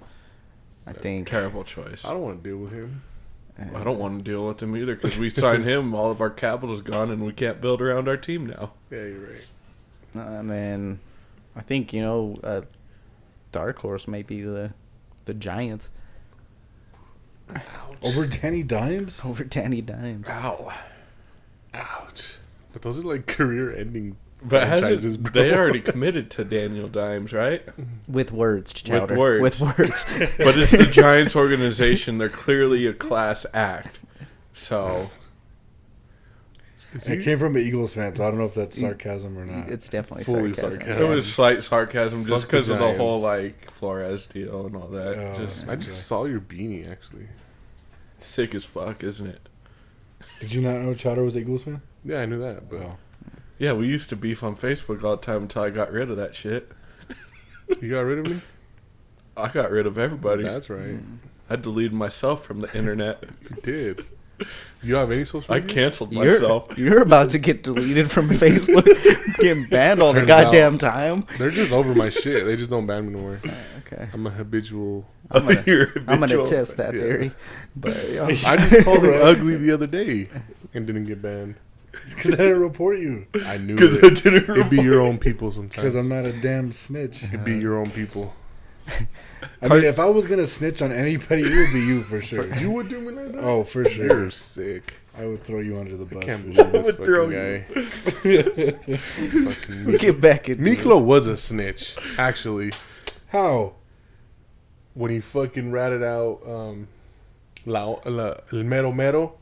[SPEAKER 4] I think.
[SPEAKER 6] Terrible choice.
[SPEAKER 5] I don't want to deal with him.
[SPEAKER 6] I don't want to deal with him either because we signed him, all of our capital's gone, and we can't build around our team now.
[SPEAKER 5] Yeah, you're right.
[SPEAKER 4] uh, And then I think you know, uh, dark horse might be the the Giants
[SPEAKER 1] over Danny Dimes.
[SPEAKER 4] over Danny Dimes.
[SPEAKER 6] Ow.
[SPEAKER 5] Ouch. But those are like career-ending.
[SPEAKER 6] But
[SPEAKER 5] Franchises,
[SPEAKER 6] hasn't
[SPEAKER 5] bro.
[SPEAKER 6] they already committed to Daniel Dimes, right?
[SPEAKER 4] With words, Chowder.
[SPEAKER 6] words.
[SPEAKER 4] With words.
[SPEAKER 6] But it's the Giants organization. They're clearly a class act. So
[SPEAKER 5] Is
[SPEAKER 1] It
[SPEAKER 5] he
[SPEAKER 1] came from an Eagles fan, so I don't know if that's sarcasm or
[SPEAKER 6] Mm.
[SPEAKER 1] not.
[SPEAKER 4] it's definitely
[SPEAKER 5] Fully
[SPEAKER 4] sarcasm.
[SPEAKER 5] sarcastic.
[SPEAKER 6] it was slight sarcasm just
[SPEAKER 5] Fuck the
[SPEAKER 6] because of the whole
[SPEAKER 5] Giants.
[SPEAKER 6] like Flores deal and all that.
[SPEAKER 1] Oh,
[SPEAKER 6] just
[SPEAKER 5] I just saw your beanie actually.
[SPEAKER 6] sick as fuck, isn't it?
[SPEAKER 1] Did you not know Chowder was an Eagles fan?
[SPEAKER 5] Yeah, I knew that, but
[SPEAKER 1] Wow.
[SPEAKER 6] Yeah, we used to beef on Facebook all the time until I got rid of that shit.
[SPEAKER 5] you got rid of me.
[SPEAKER 6] I got rid of everybody.
[SPEAKER 5] That's right.
[SPEAKER 6] I deleted myself from the internet.
[SPEAKER 5] You did. You don't have any social?
[SPEAKER 6] I
[SPEAKER 5] media?
[SPEAKER 6] canceled
[SPEAKER 4] You're,
[SPEAKER 6] myself.
[SPEAKER 4] you're about to get deleted from Facebook, getting banned all the
[SPEAKER 5] Turns out.
[SPEAKER 4] goddamn time.
[SPEAKER 5] They're just over my shit. They just don't ban me no more.
[SPEAKER 4] Okay,
[SPEAKER 5] I'm a habitual.
[SPEAKER 4] I'm gonna,
[SPEAKER 6] You're
[SPEAKER 4] I'm gonna
[SPEAKER 6] habitual.
[SPEAKER 4] test that
[SPEAKER 5] yeah.
[SPEAKER 4] theory, but yeah.
[SPEAKER 5] I just called her ugly the other day and didn't get banned.
[SPEAKER 1] Because I didn't report you.
[SPEAKER 5] I knew
[SPEAKER 6] 'Cause
[SPEAKER 5] it.
[SPEAKER 6] I didn't
[SPEAKER 5] It'd be your own people sometimes.
[SPEAKER 1] Because I'm not a damn snitch.
[SPEAKER 5] It'd be your own people.
[SPEAKER 1] I
[SPEAKER 4] Car-
[SPEAKER 1] mean, if I was gonna snitch on anybody, it would be you for sure.
[SPEAKER 5] You would do me like that?
[SPEAKER 1] Oh, for
[SPEAKER 5] You're
[SPEAKER 1] sure.
[SPEAKER 5] sick.
[SPEAKER 1] I would throw you under the bus.
[SPEAKER 5] Can't
[SPEAKER 1] for
[SPEAKER 5] believe
[SPEAKER 1] sure.
[SPEAKER 5] this
[SPEAKER 6] would
[SPEAKER 5] fucking
[SPEAKER 6] throw
[SPEAKER 5] guy. Fucking
[SPEAKER 4] We get back in.
[SPEAKER 5] Miklo was a snitch, actually,
[SPEAKER 1] How?
[SPEAKER 5] when he fucking ratted out um, La, La, El Mero Mero.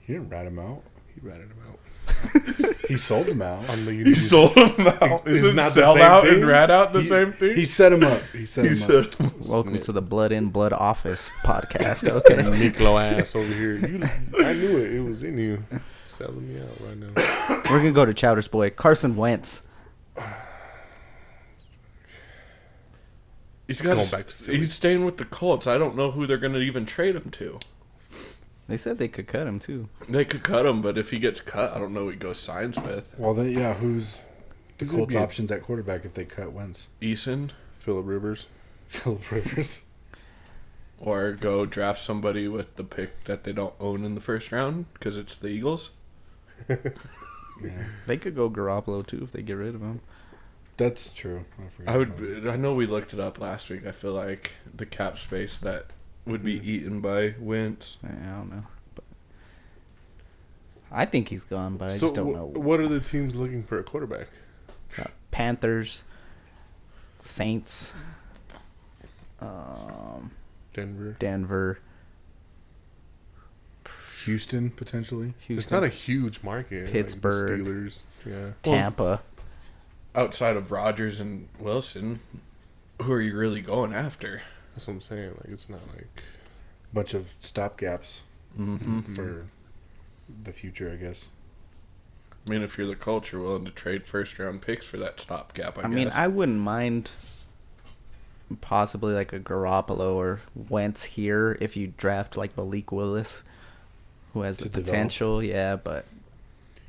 [SPEAKER 1] He didn't rat him out.
[SPEAKER 5] He ratted him out.
[SPEAKER 1] He sold him out.
[SPEAKER 5] On the
[SPEAKER 6] He
[SPEAKER 5] Union-
[SPEAKER 6] sold him out.
[SPEAKER 5] Oh, It's
[SPEAKER 6] Isn't
[SPEAKER 5] not the
[SPEAKER 6] sell
[SPEAKER 5] same
[SPEAKER 6] out
[SPEAKER 5] thing?
[SPEAKER 6] and rat out the
[SPEAKER 1] He-
[SPEAKER 6] same thing?
[SPEAKER 1] He set him up. He set
[SPEAKER 6] He
[SPEAKER 1] him up.
[SPEAKER 6] said-
[SPEAKER 4] Welcome
[SPEAKER 5] Snitch.
[SPEAKER 4] to the Blood in Blood Office podcast. Okay.
[SPEAKER 5] Miklo ass over here. You, I knew it. It was in you. Selling me out right now.
[SPEAKER 4] We're gonna go to Chowder's boy Carson Wentz.
[SPEAKER 6] He's got.
[SPEAKER 5] Going
[SPEAKER 6] s-
[SPEAKER 5] back to Philly.
[SPEAKER 6] he's staying with the Colts. I don't know who they're going to even trade him to.
[SPEAKER 4] They said they could cut him too.
[SPEAKER 6] They could cut him, but if he gets cut, I don't know who he goes signs with.
[SPEAKER 1] Well, then, yeah. Who's the
[SPEAKER 5] He's gonna
[SPEAKER 1] Colts
[SPEAKER 5] be a-
[SPEAKER 1] options at quarterback if they cut wins?
[SPEAKER 6] Eason,
[SPEAKER 5] Philip Rivers.
[SPEAKER 1] Philip Rivers.
[SPEAKER 6] or go draft somebody with the pick that they don't own in the first round because it's the Eagles.
[SPEAKER 4] They could go Garoppolo too if they get rid of him.
[SPEAKER 1] That's true. I, forgot
[SPEAKER 6] I
[SPEAKER 1] about
[SPEAKER 6] would. I know we looked it up last week. I feel like the cap space that would be
[SPEAKER 5] Mm-hmm.
[SPEAKER 6] eaten by Wentz.
[SPEAKER 4] I I don't know. But I think he's gone, but I
[SPEAKER 5] so,
[SPEAKER 4] just don't
[SPEAKER 5] wh-
[SPEAKER 4] know. Uh,
[SPEAKER 5] what are the teams looking for a quarterback?
[SPEAKER 4] Panthers, Saints, um,
[SPEAKER 5] Denver.
[SPEAKER 4] Denver,
[SPEAKER 1] Houston potentially.
[SPEAKER 4] Houston,
[SPEAKER 5] It's not a huge market. like the
[SPEAKER 4] Pittsburgh.
[SPEAKER 5] Steelers. Yeah.
[SPEAKER 4] Tampa.
[SPEAKER 6] Outside of Rodgers and Wilson, who are you really going after?
[SPEAKER 5] That's what I'm saying. Like, it's not like.
[SPEAKER 1] Bunch of stopgaps
[SPEAKER 6] Mm-hmm.
[SPEAKER 1] for the future, I guess.
[SPEAKER 6] I mean, if you're the Colts, you're willing to trade first round picks for that stopgap. I,
[SPEAKER 4] I, mean,
[SPEAKER 6] guess.
[SPEAKER 4] I wouldn't mind possibly like a Garoppolo or Wentz here if you draft like Malik Willis, who has
[SPEAKER 1] To
[SPEAKER 4] the
[SPEAKER 1] develop.
[SPEAKER 4] potential. Yeah, but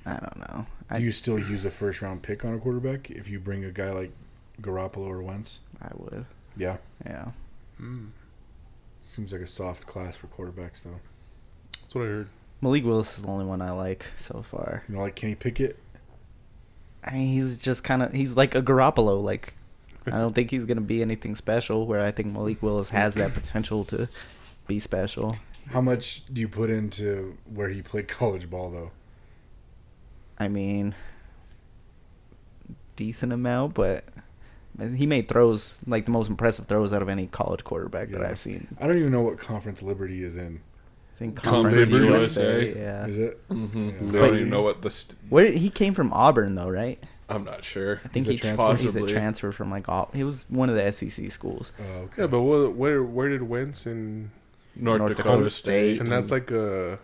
[SPEAKER 4] I don't know. I,
[SPEAKER 1] Do you still use a first round pick on a quarterback if you bring a guy like Garoppolo or Wentz?
[SPEAKER 4] I would.
[SPEAKER 1] Yeah.
[SPEAKER 4] Yeah.
[SPEAKER 1] Seems like a soft class for quarterbacks, though.
[SPEAKER 5] That's what I heard.
[SPEAKER 4] Malik Willis is the only one I like so far.
[SPEAKER 1] You know, like Kenny Pickett.
[SPEAKER 4] I mean, he's just kind of he's like a Garoppolo. Like, I don't think he's gonna be anything special. Where I think Malik Willis has that potential to be special.
[SPEAKER 1] How much do you put into where he played college ball, though?
[SPEAKER 4] I mean, decent amount, but he made throws like the most impressive throws out of any college quarterback that
[SPEAKER 1] Yeah.
[SPEAKER 4] I've seen.
[SPEAKER 1] I don't even know what conference Liberty is in.
[SPEAKER 4] I think
[SPEAKER 6] Tom
[SPEAKER 4] Conference
[SPEAKER 6] Liberty,
[SPEAKER 4] USA.
[SPEAKER 6] USA.
[SPEAKER 4] Yeah.
[SPEAKER 1] Is it?
[SPEAKER 6] Mhm.
[SPEAKER 1] Yeah.
[SPEAKER 6] They
[SPEAKER 1] But-
[SPEAKER 6] don't even know what the. St-
[SPEAKER 4] Where he came from Auburn though, right?
[SPEAKER 6] I'm not sure.
[SPEAKER 4] I think
[SPEAKER 1] He's a
[SPEAKER 4] he
[SPEAKER 1] transfer?
[SPEAKER 4] tra- he's a
[SPEAKER 6] Possibly.
[SPEAKER 4] transfer from like Au- he was one of the SEC schools.
[SPEAKER 1] Oh, okay.
[SPEAKER 5] Yeah, but where where, where did Wentz and
[SPEAKER 6] North,
[SPEAKER 4] North
[SPEAKER 6] Dakota,
[SPEAKER 4] Dakota
[SPEAKER 6] State.
[SPEAKER 4] State.
[SPEAKER 5] and that's like a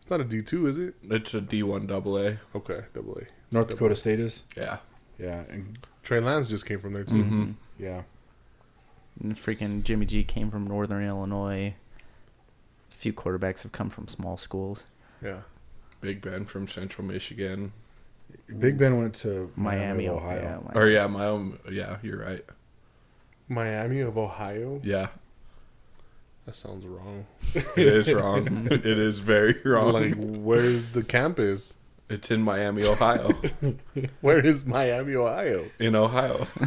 [SPEAKER 5] it's not a D two, is it?
[SPEAKER 6] It's a D1 double A.
[SPEAKER 5] Okay, double A.
[SPEAKER 1] North Dakota State is.
[SPEAKER 6] Yeah.
[SPEAKER 1] Yeah, and
[SPEAKER 5] Trey Lance just came from there too.
[SPEAKER 4] Mm-hmm.
[SPEAKER 6] Mhm.
[SPEAKER 1] yeah,
[SPEAKER 4] And freaking Jimmy G came from Northern Illinois. A few quarterbacks have come from small schools.
[SPEAKER 5] Yeah,
[SPEAKER 6] Big Ben from Central Michigan.
[SPEAKER 1] Big Ben went to
[SPEAKER 4] Miami,
[SPEAKER 1] Miami, of Ohio.
[SPEAKER 4] Yeah, like-
[SPEAKER 6] Or yeah, my own. Yeah, you're right.
[SPEAKER 5] Miami of Ohio.
[SPEAKER 6] Yeah,
[SPEAKER 5] That sounds wrong.
[SPEAKER 6] it is wrong. it is very wrong.
[SPEAKER 5] Like, where's the campus?
[SPEAKER 6] it's in Miami, Ohio.
[SPEAKER 5] Where is Miami, Ohio?
[SPEAKER 6] in Ohio.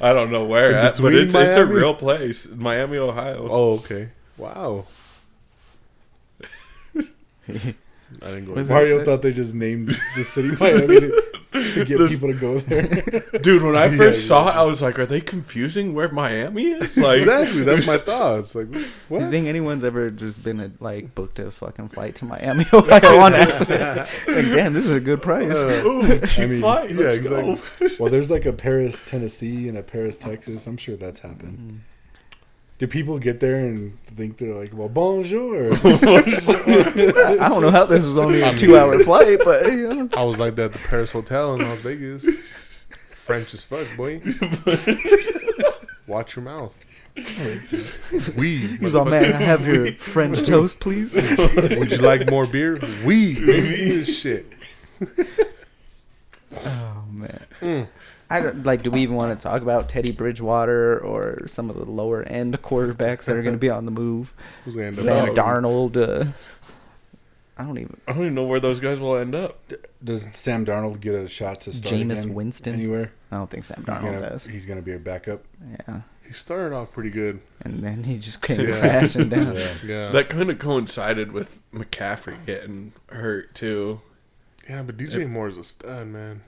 [SPEAKER 6] I don't know where
[SPEAKER 5] In
[SPEAKER 6] at, but
[SPEAKER 5] between
[SPEAKER 6] it's, it's a
[SPEAKER 5] Miami?
[SPEAKER 6] real place. Miami, Ohio.
[SPEAKER 5] Oh, okay. Wow. I didn't go.
[SPEAKER 4] Was
[SPEAKER 5] there.
[SPEAKER 1] Mario thought they just named the city Miami to, to get people to go there.
[SPEAKER 6] Dude, when I
[SPEAKER 5] Oh. Yeah,
[SPEAKER 6] first
[SPEAKER 5] yeah.
[SPEAKER 6] saw it, I was like, are they confusing where Miami is? Like,
[SPEAKER 5] exactly. That's my thoughts. Like,
[SPEAKER 4] Do
[SPEAKER 5] what?
[SPEAKER 4] you think anyone's ever just been uh, like booked a fucking flight to Miami, Ohio on accident? like, damn, this is a good price.
[SPEAKER 5] Uh,
[SPEAKER 6] ooh, cheap
[SPEAKER 1] I mean,
[SPEAKER 6] flight.
[SPEAKER 5] yeah,
[SPEAKER 6] Let's
[SPEAKER 5] exactly.
[SPEAKER 6] go.
[SPEAKER 1] Well, there's like a Paris, Tennessee, and a Paris, Texas. I'm sure that's
[SPEAKER 4] Mm-hmm.
[SPEAKER 1] happened. Do people get there and think they're like, well, bonjour?
[SPEAKER 4] I I don't know how this was only a two-hour flight, but you know.
[SPEAKER 5] I was like that at the Paris Hotel in Las Vegas. French as fuck, boy. Watch your mouth. We.
[SPEAKER 4] he's all, man, I have your French toast, please.
[SPEAKER 5] Would you like more beer? We. baby. Shit.
[SPEAKER 4] Oh man, I don't like. Do we even want to talk about Teddy Bridgewater or some of the lower end quarterbacks that are going to be on the move?
[SPEAKER 5] Who's gonna end up
[SPEAKER 4] Sam
[SPEAKER 5] out?
[SPEAKER 4] Darnold. Uh, I don't even.
[SPEAKER 6] I don't even know where those guys will end up.
[SPEAKER 1] Does Sam Darnold get a shot to start?
[SPEAKER 4] Jameis
[SPEAKER 1] again
[SPEAKER 4] Winston?
[SPEAKER 1] anywhere?
[SPEAKER 4] I don't think Sam
[SPEAKER 1] He's
[SPEAKER 4] Darnold
[SPEAKER 1] gonna,
[SPEAKER 4] does.
[SPEAKER 1] he's gonna be a backup.
[SPEAKER 4] Yeah,
[SPEAKER 5] He started off pretty good.
[SPEAKER 4] and then he just came
[SPEAKER 5] Yeah.
[SPEAKER 4] crashing down.
[SPEAKER 1] Yeah.
[SPEAKER 5] Yeah.
[SPEAKER 6] That kind of coincided with McCaffrey getting hurt too.
[SPEAKER 5] yeah, but DJ Moore is a stud, man.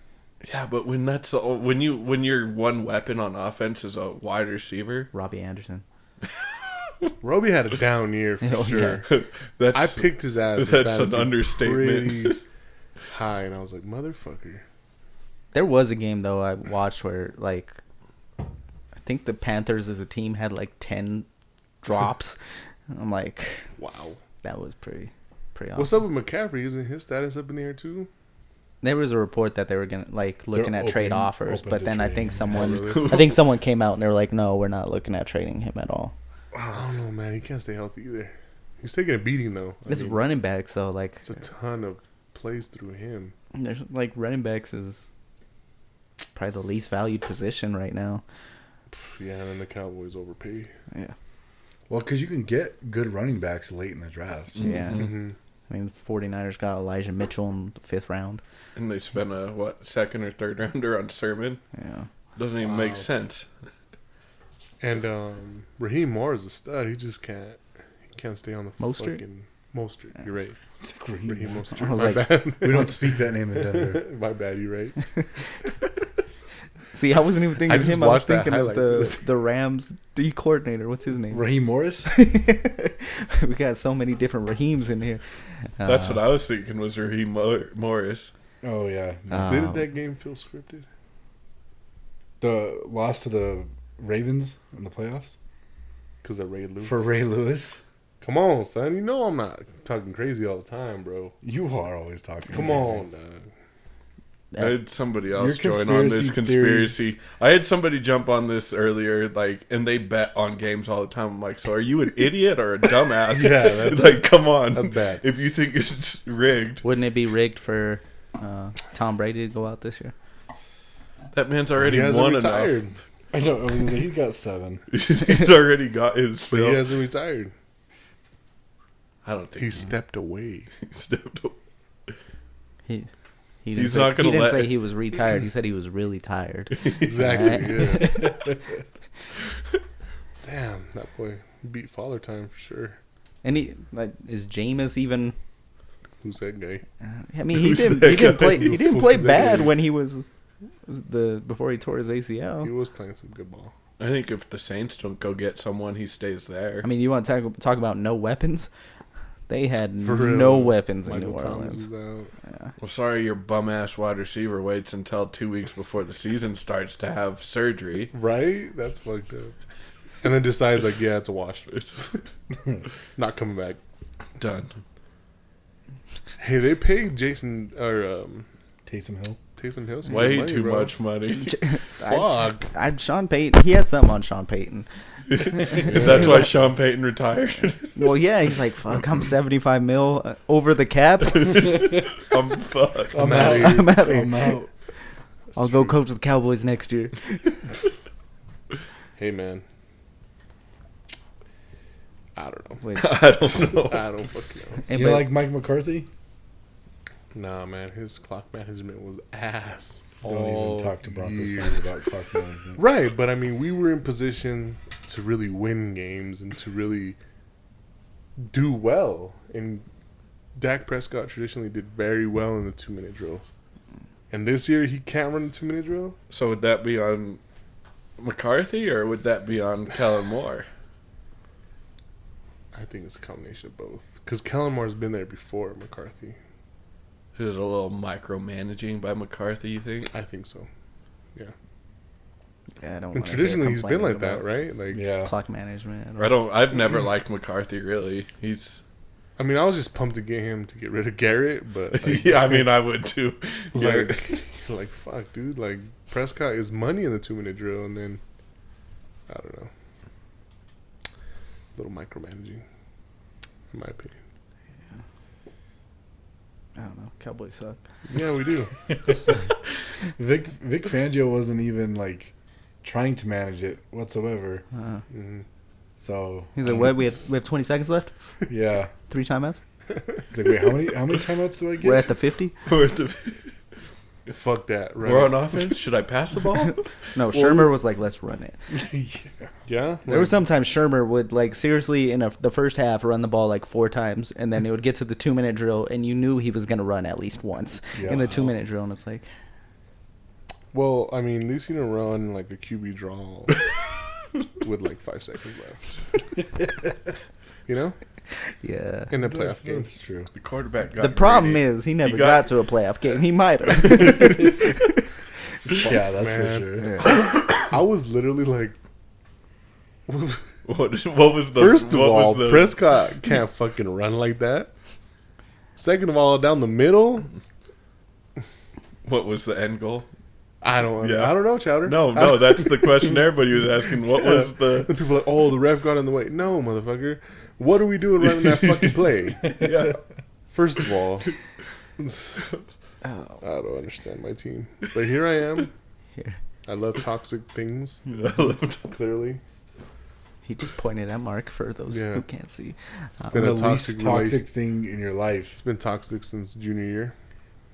[SPEAKER 6] Yeah, but when that's the o- when you when your one weapon on offense is a wide receiver,
[SPEAKER 4] Robbie Anderson.
[SPEAKER 5] Roby had a down year for
[SPEAKER 4] Oh, yeah.
[SPEAKER 5] sure.
[SPEAKER 6] that's
[SPEAKER 5] I picked his ass. at
[SPEAKER 6] That's an
[SPEAKER 5] fantasy
[SPEAKER 6] understatement.
[SPEAKER 5] pretty High, and I was like, motherfucker.
[SPEAKER 4] There was a game though I watched where like I think the Panthers as a team had like ten drops. I'm like,
[SPEAKER 5] Wow.
[SPEAKER 4] that was pretty, pretty awesome.
[SPEAKER 5] What's up with McCaffrey? Isn't his status up in the air too?
[SPEAKER 4] There was a report that they were gonna like looking at trade
[SPEAKER 1] open-
[SPEAKER 4] offers,
[SPEAKER 1] open
[SPEAKER 4] but
[SPEAKER 1] to
[SPEAKER 4] then I
[SPEAKER 1] trading
[SPEAKER 4] think
[SPEAKER 1] him.
[SPEAKER 4] someone,
[SPEAKER 5] Oh, really?
[SPEAKER 4] I think someone came out and they were like, no, we're not looking at trading him at all.
[SPEAKER 6] Oh,
[SPEAKER 5] I don't know, man. He can't stay healthy either. He's taking a beating though. I
[SPEAKER 4] It's
[SPEAKER 5] mean,
[SPEAKER 4] running back, so like,
[SPEAKER 5] It's a ton of plays through him.
[SPEAKER 4] there's like running backs is probably the least valued position right now.
[SPEAKER 5] Pff, Yeah, and then the Cowboys overpay.
[SPEAKER 4] Yeah,
[SPEAKER 1] Well, because you can get good running backs late in the draft.
[SPEAKER 4] yeah.
[SPEAKER 5] Mm-hmm.
[SPEAKER 4] I mean, the 49ers got Elijah Mitchell in the fifth round.
[SPEAKER 6] and they spent a what second or third rounder on Sermon.
[SPEAKER 4] Yeah,
[SPEAKER 6] Doesn't even
[SPEAKER 5] Wow.
[SPEAKER 6] make sense.
[SPEAKER 5] And um, Raheem Moore is a stud. He just can't. He can't stay on the
[SPEAKER 4] Mostert?
[SPEAKER 5] fucking Mostert. You're right. Raheem
[SPEAKER 1] Green.
[SPEAKER 5] Mostert.
[SPEAKER 4] I was
[SPEAKER 5] My
[SPEAKER 4] like-
[SPEAKER 5] bad.
[SPEAKER 1] We don't speak that name in Denver.
[SPEAKER 5] My bad. You're right.
[SPEAKER 4] see, I wasn't even thinking
[SPEAKER 5] I
[SPEAKER 4] of
[SPEAKER 5] just
[SPEAKER 4] him. I was
[SPEAKER 5] watched that
[SPEAKER 4] thinking of
[SPEAKER 5] highlight.
[SPEAKER 4] the the Rams D coordinator. What's his name?
[SPEAKER 1] Raheem Morris.
[SPEAKER 4] we got so many different Raheems in here.
[SPEAKER 6] That's
[SPEAKER 5] Uh,
[SPEAKER 6] what I was thinking was Raheem Mo- Morris.
[SPEAKER 1] Oh yeah,
[SPEAKER 4] Uh,
[SPEAKER 5] Didn't that game feel scripted?
[SPEAKER 1] the loss to the Ravens in the playoffs
[SPEAKER 5] Because of Ray Lewis.
[SPEAKER 1] for Ray Lewis.
[SPEAKER 5] Come on, son. You know I'm not talking crazy all the time, bro.
[SPEAKER 1] You are always talking.
[SPEAKER 5] Come
[SPEAKER 1] crazy.
[SPEAKER 5] on. dog.
[SPEAKER 4] Yeah.
[SPEAKER 6] I had somebody else
[SPEAKER 1] Your
[SPEAKER 6] join on this
[SPEAKER 1] conspiracy
[SPEAKER 6] conspiracy. I had somebody jump on this earlier, like, and they bet on games all the time. I'm like, so are you an idiot or a dumbass?
[SPEAKER 5] Yeah, that's-
[SPEAKER 6] like, come on.
[SPEAKER 5] that's bad.
[SPEAKER 6] If you think it's rigged,
[SPEAKER 4] Wouldn't it be rigged for uh, Tom Brady to go out this year?
[SPEAKER 6] that man's already
[SPEAKER 5] He hasn't
[SPEAKER 6] won
[SPEAKER 5] retired.
[SPEAKER 6] enough.
[SPEAKER 1] I know. I was gonna say, he's got seven.
[SPEAKER 6] He's already got his
[SPEAKER 5] But
[SPEAKER 6] fill.
[SPEAKER 5] he hasn't retired.
[SPEAKER 6] I don't think
[SPEAKER 5] He stepped away.
[SPEAKER 6] he stepped up.
[SPEAKER 4] He he didn't,
[SPEAKER 6] He's
[SPEAKER 4] say,
[SPEAKER 6] not gonna
[SPEAKER 4] he didn't
[SPEAKER 6] let-
[SPEAKER 4] say he was retired. He said he was really tired.
[SPEAKER 5] Exactly.
[SPEAKER 4] Right.
[SPEAKER 5] Yeah. Damn, that boy beat Father Time for sure.
[SPEAKER 4] And he like is Jameis even? uh,
[SPEAKER 5] Who's that guy?
[SPEAKER 4] I mean, he
[SPEAKER 6] Who's
[SPEAKER 4] didn't
[SPEAKER 6] that
[SPEAKER 4] he didn't
[SPEAKER 6] guy?
[SPEAKER 4] play he
[SPEAKER 5] Who
[SPEAKER 4] didn't
[SPEAKER 5] fuck
[SPEAKER 4] play
[SPEAKER 5] is that
[SPEAKER 4] bad
[SPEAKER 5] guy?
[SPEAKER 4] when he was the before he tore his
[SPEAKER 5] He
[SPEAKER 4] ACL.
[SPEAKER 5] was playing some good ball.
[SPEAKER 6] I think if the Saints don't go get someone, he stays there.
[SPEAKER 4] I mean, you want to talk talk about no weapons? They had
[SPEAKER 5] For real.
[SPEAKER 4] no weapons in
[SPEAKER 5] Michael
[SPEAKER 4] New
[SPEAKER 5] Thomas
[SPEAKER 4] Orleans.
[SPEAKER 5] was out.
[SPEAKER 6] well, sorry, your bum ass wide receiver waits until two weeks before the season starts to have surgery.
[SPEAKER 5] Right? That's fucked up. And then decides like, yeah, it's a wash. Not coming back.
[SPEAKER 6] Done.
[SPEAKER 5] Hey, they paid Jason or um,
[SPEAKER 1] Taysom Hill.
[SPEAKER 5] Taysom Hill some
[SPEAKER 6] Way
[SPEAKER 5] good money,
[SPEAKER 6] too
[SPEAKER 5] bro.
[SPEAKER 6] much money.
[SPEAKER 5] Fuck.
[SPEAKER 4] I, I Sean Payton. He had something on Sean Payton.
[SPEAKER 6] That's why Sean Payton retired.
[SPEAKER 4] Well, yeah, he's like, fuck, I'm 75 mil uh, over the cap.
[SPEAKER 6] I'm fucked.
[SPEAKER 5] I'm
[SPEAKER 1] out.
[SPEAKER 5] out of here.
[SPEAKER 4] I'm out of here.
[SPEAKER 1] I'm out.
[SPEAKER 4] I'll go coach the Cowboys next year.
[SPEAKER 5] Hey, man. I don't know.
[SPEAKER 4] Which,
[SPEAKER 6] I don't
[SPEAKER 1] Oh.
[SPEAKER 6] know.
[SPEAKER 5] I don't fucking know.
[SPEAKER 4] eh,
[SPEAKER 1] you
[SPEAKER 4] but
[SPEAKER 1] like Mike McCarthy?
[SPEAKER 5] Nah, man, his clock management was ass.
[SPEAKER 1] Don't
[SPEAKER 5] all
[SPEAKER 4] Oh,
[SPEAKER 1] even talk to Broncos
[SPEAKER 5] year.
[SPEAKER 1] fans about clock management.
[SPEAKER 5] Right, but I mean, we were in position to really win games and to really do well. And Dak Prescott traditionally did very well in the two minute drill. And this year, he can't run the two minute drill.
[SPEAKER 6] So would that be on McCarthy or would that be on Kellen Moore?
[SPEAKER 5] I think it's a combination of both. Because Kellen Moore's been there before McCarthy.
[SPEAKER 6] Is it a little micromanaging by McCarthy, you think?
[SPEAKER 5] I think so.
[SPEAKER 4] yeah, I don't
[SPEAKER 5] And
[SPEAKER 4] wanna hear
[SPEAKER 5] traditionally, he's been
[SPEAKER 4] complaining
[SPEAKER 5] like that,
[SPEAKER 4] about
[SPEAKER 5] right? Like,
[SPEAKER 1] Yeah.
[SPEAKER 4] Clock management. I don't-
[SPEAKER 6] I don't I've never liked McCarthy really. He's
[SPEAKER 5] I mean, I was just pumped to get him to get rid of Garrett, but like,
[SPEAKER 6] Yeah, I mean I would too. Like
[SPEAKER 5] like, like fuck, dude. Like Prescott is money in the two minute drill, and then I don't know, little micromanaging, in my opinion.
[SPEAKER 4] I don't know. Cowboys suck.
[SPEAKER 5] Yeah, we do.
[SPEAKER 1] Vic Vic Fangio wasn't even like trying to manage it whatsoever.
[SPEAKER 4] Uh,
[SPEAKER 5] Mhm.
[SPEAKER 1] So
[SPEAKER 4] he's like, what? We have we have 20 seconds left.
[SPEAKER 1] Yeah.
[SPEAKER 4] Three timeouts.
[SPEAKER 1] He's like, wait, how many how many timeouts do I
[SPEAKER 4] We're at
[SPEAKER 1] get?
[SPEAKER 4] the 50?
[SPEAKER 6] We're, at the-
[SPEAKER 5] Fuck that. Right.
[SPEAKER 6] we're on offense. Should I pass the ball?
[SPEAKER 4] No, Shermer was like, let's run it.
[SPEAKER 5] Yeah.
[SPEAKER 4] There was sometimes Shermer would like seriously in a, the first half run the ball like four times, and then it would get to the two minute drill, and you knew he was gonna run at least once
[SPEAKER 1] Yeah.
[SPEAKER 4] in the two minute drill, and it's like
[SPEAKER 5] Well, I mean, at least you didn't run like a QB draw with like five seconds left. you know,
[SPEAKER 4] yeah.
[SPEAKER 5] in the
[SPEAKER 1] That's,
[SPEAKER 5] playoff game.
[SPEAKER 1] that's true.
[SPEAKER 6] The quarterback got
[SPEAKER 4] The problem
[SPEAKER 6] greedy.
[SPEAKER 4] is he never got,
[SPEAKER 6] got-
[SPEAKER 4] to a playoff game. He might have.
[SPEAKER 1] Yeah, that's
[SPEAKER 5] man.
[SPEAKER 1] for sure.
[SPEAKER 5] I was literally like,
[SPEAKER 6] What, what was the
[SPEAKER 5] first of
[SPEAKER 6] what was
[SPEAKER 5] all,
[SPEAKER 6] the-
[SPEAKER 5] Prescott can't fucking run like that. Second of all, down the middle,
[SPEAKER 6] What was the end goal?
[SPEAKER 5] I don't.
[SPEAKER 6] Yeah.
[SPEAKER 5] I don't know, Chowder.
[SPEAKER 6] No, no, that's the question everybody was asking. What was
[SPEAKER 5] And
[SPEAKER 6] the?
[SPEAKER 5] people are like, oh, the ref got in the way. No, motherfucker. What are we doing running that fucking play?
[SPEAKER 6] Yeah,
[SPEAKER 5] First of all,
[SPEAKER 4] Oh,
[SPEAKER 5] I don't understand my team. But here I am.
[SPEAKER 4] Here.
[SPEAKER 5] I love toxic things, clearly.
[SPEAKER 4] he just pointed at Mark for those
[SPEAKER 5] Yeah.
[SPEAKER 4] who can't see.
[SPEAKER 5] It's
[SPEAKER 1] Been
[SPEAKER 5] been a
[SPEAKER 1] the
[SPEAKER 5] toxic,
[SPEAKER 1] least
[SPEAKER 5] rela-
[SPEAKER 1] toxic thing in your life
[SPEAKER 5] It's been toxic since junior year,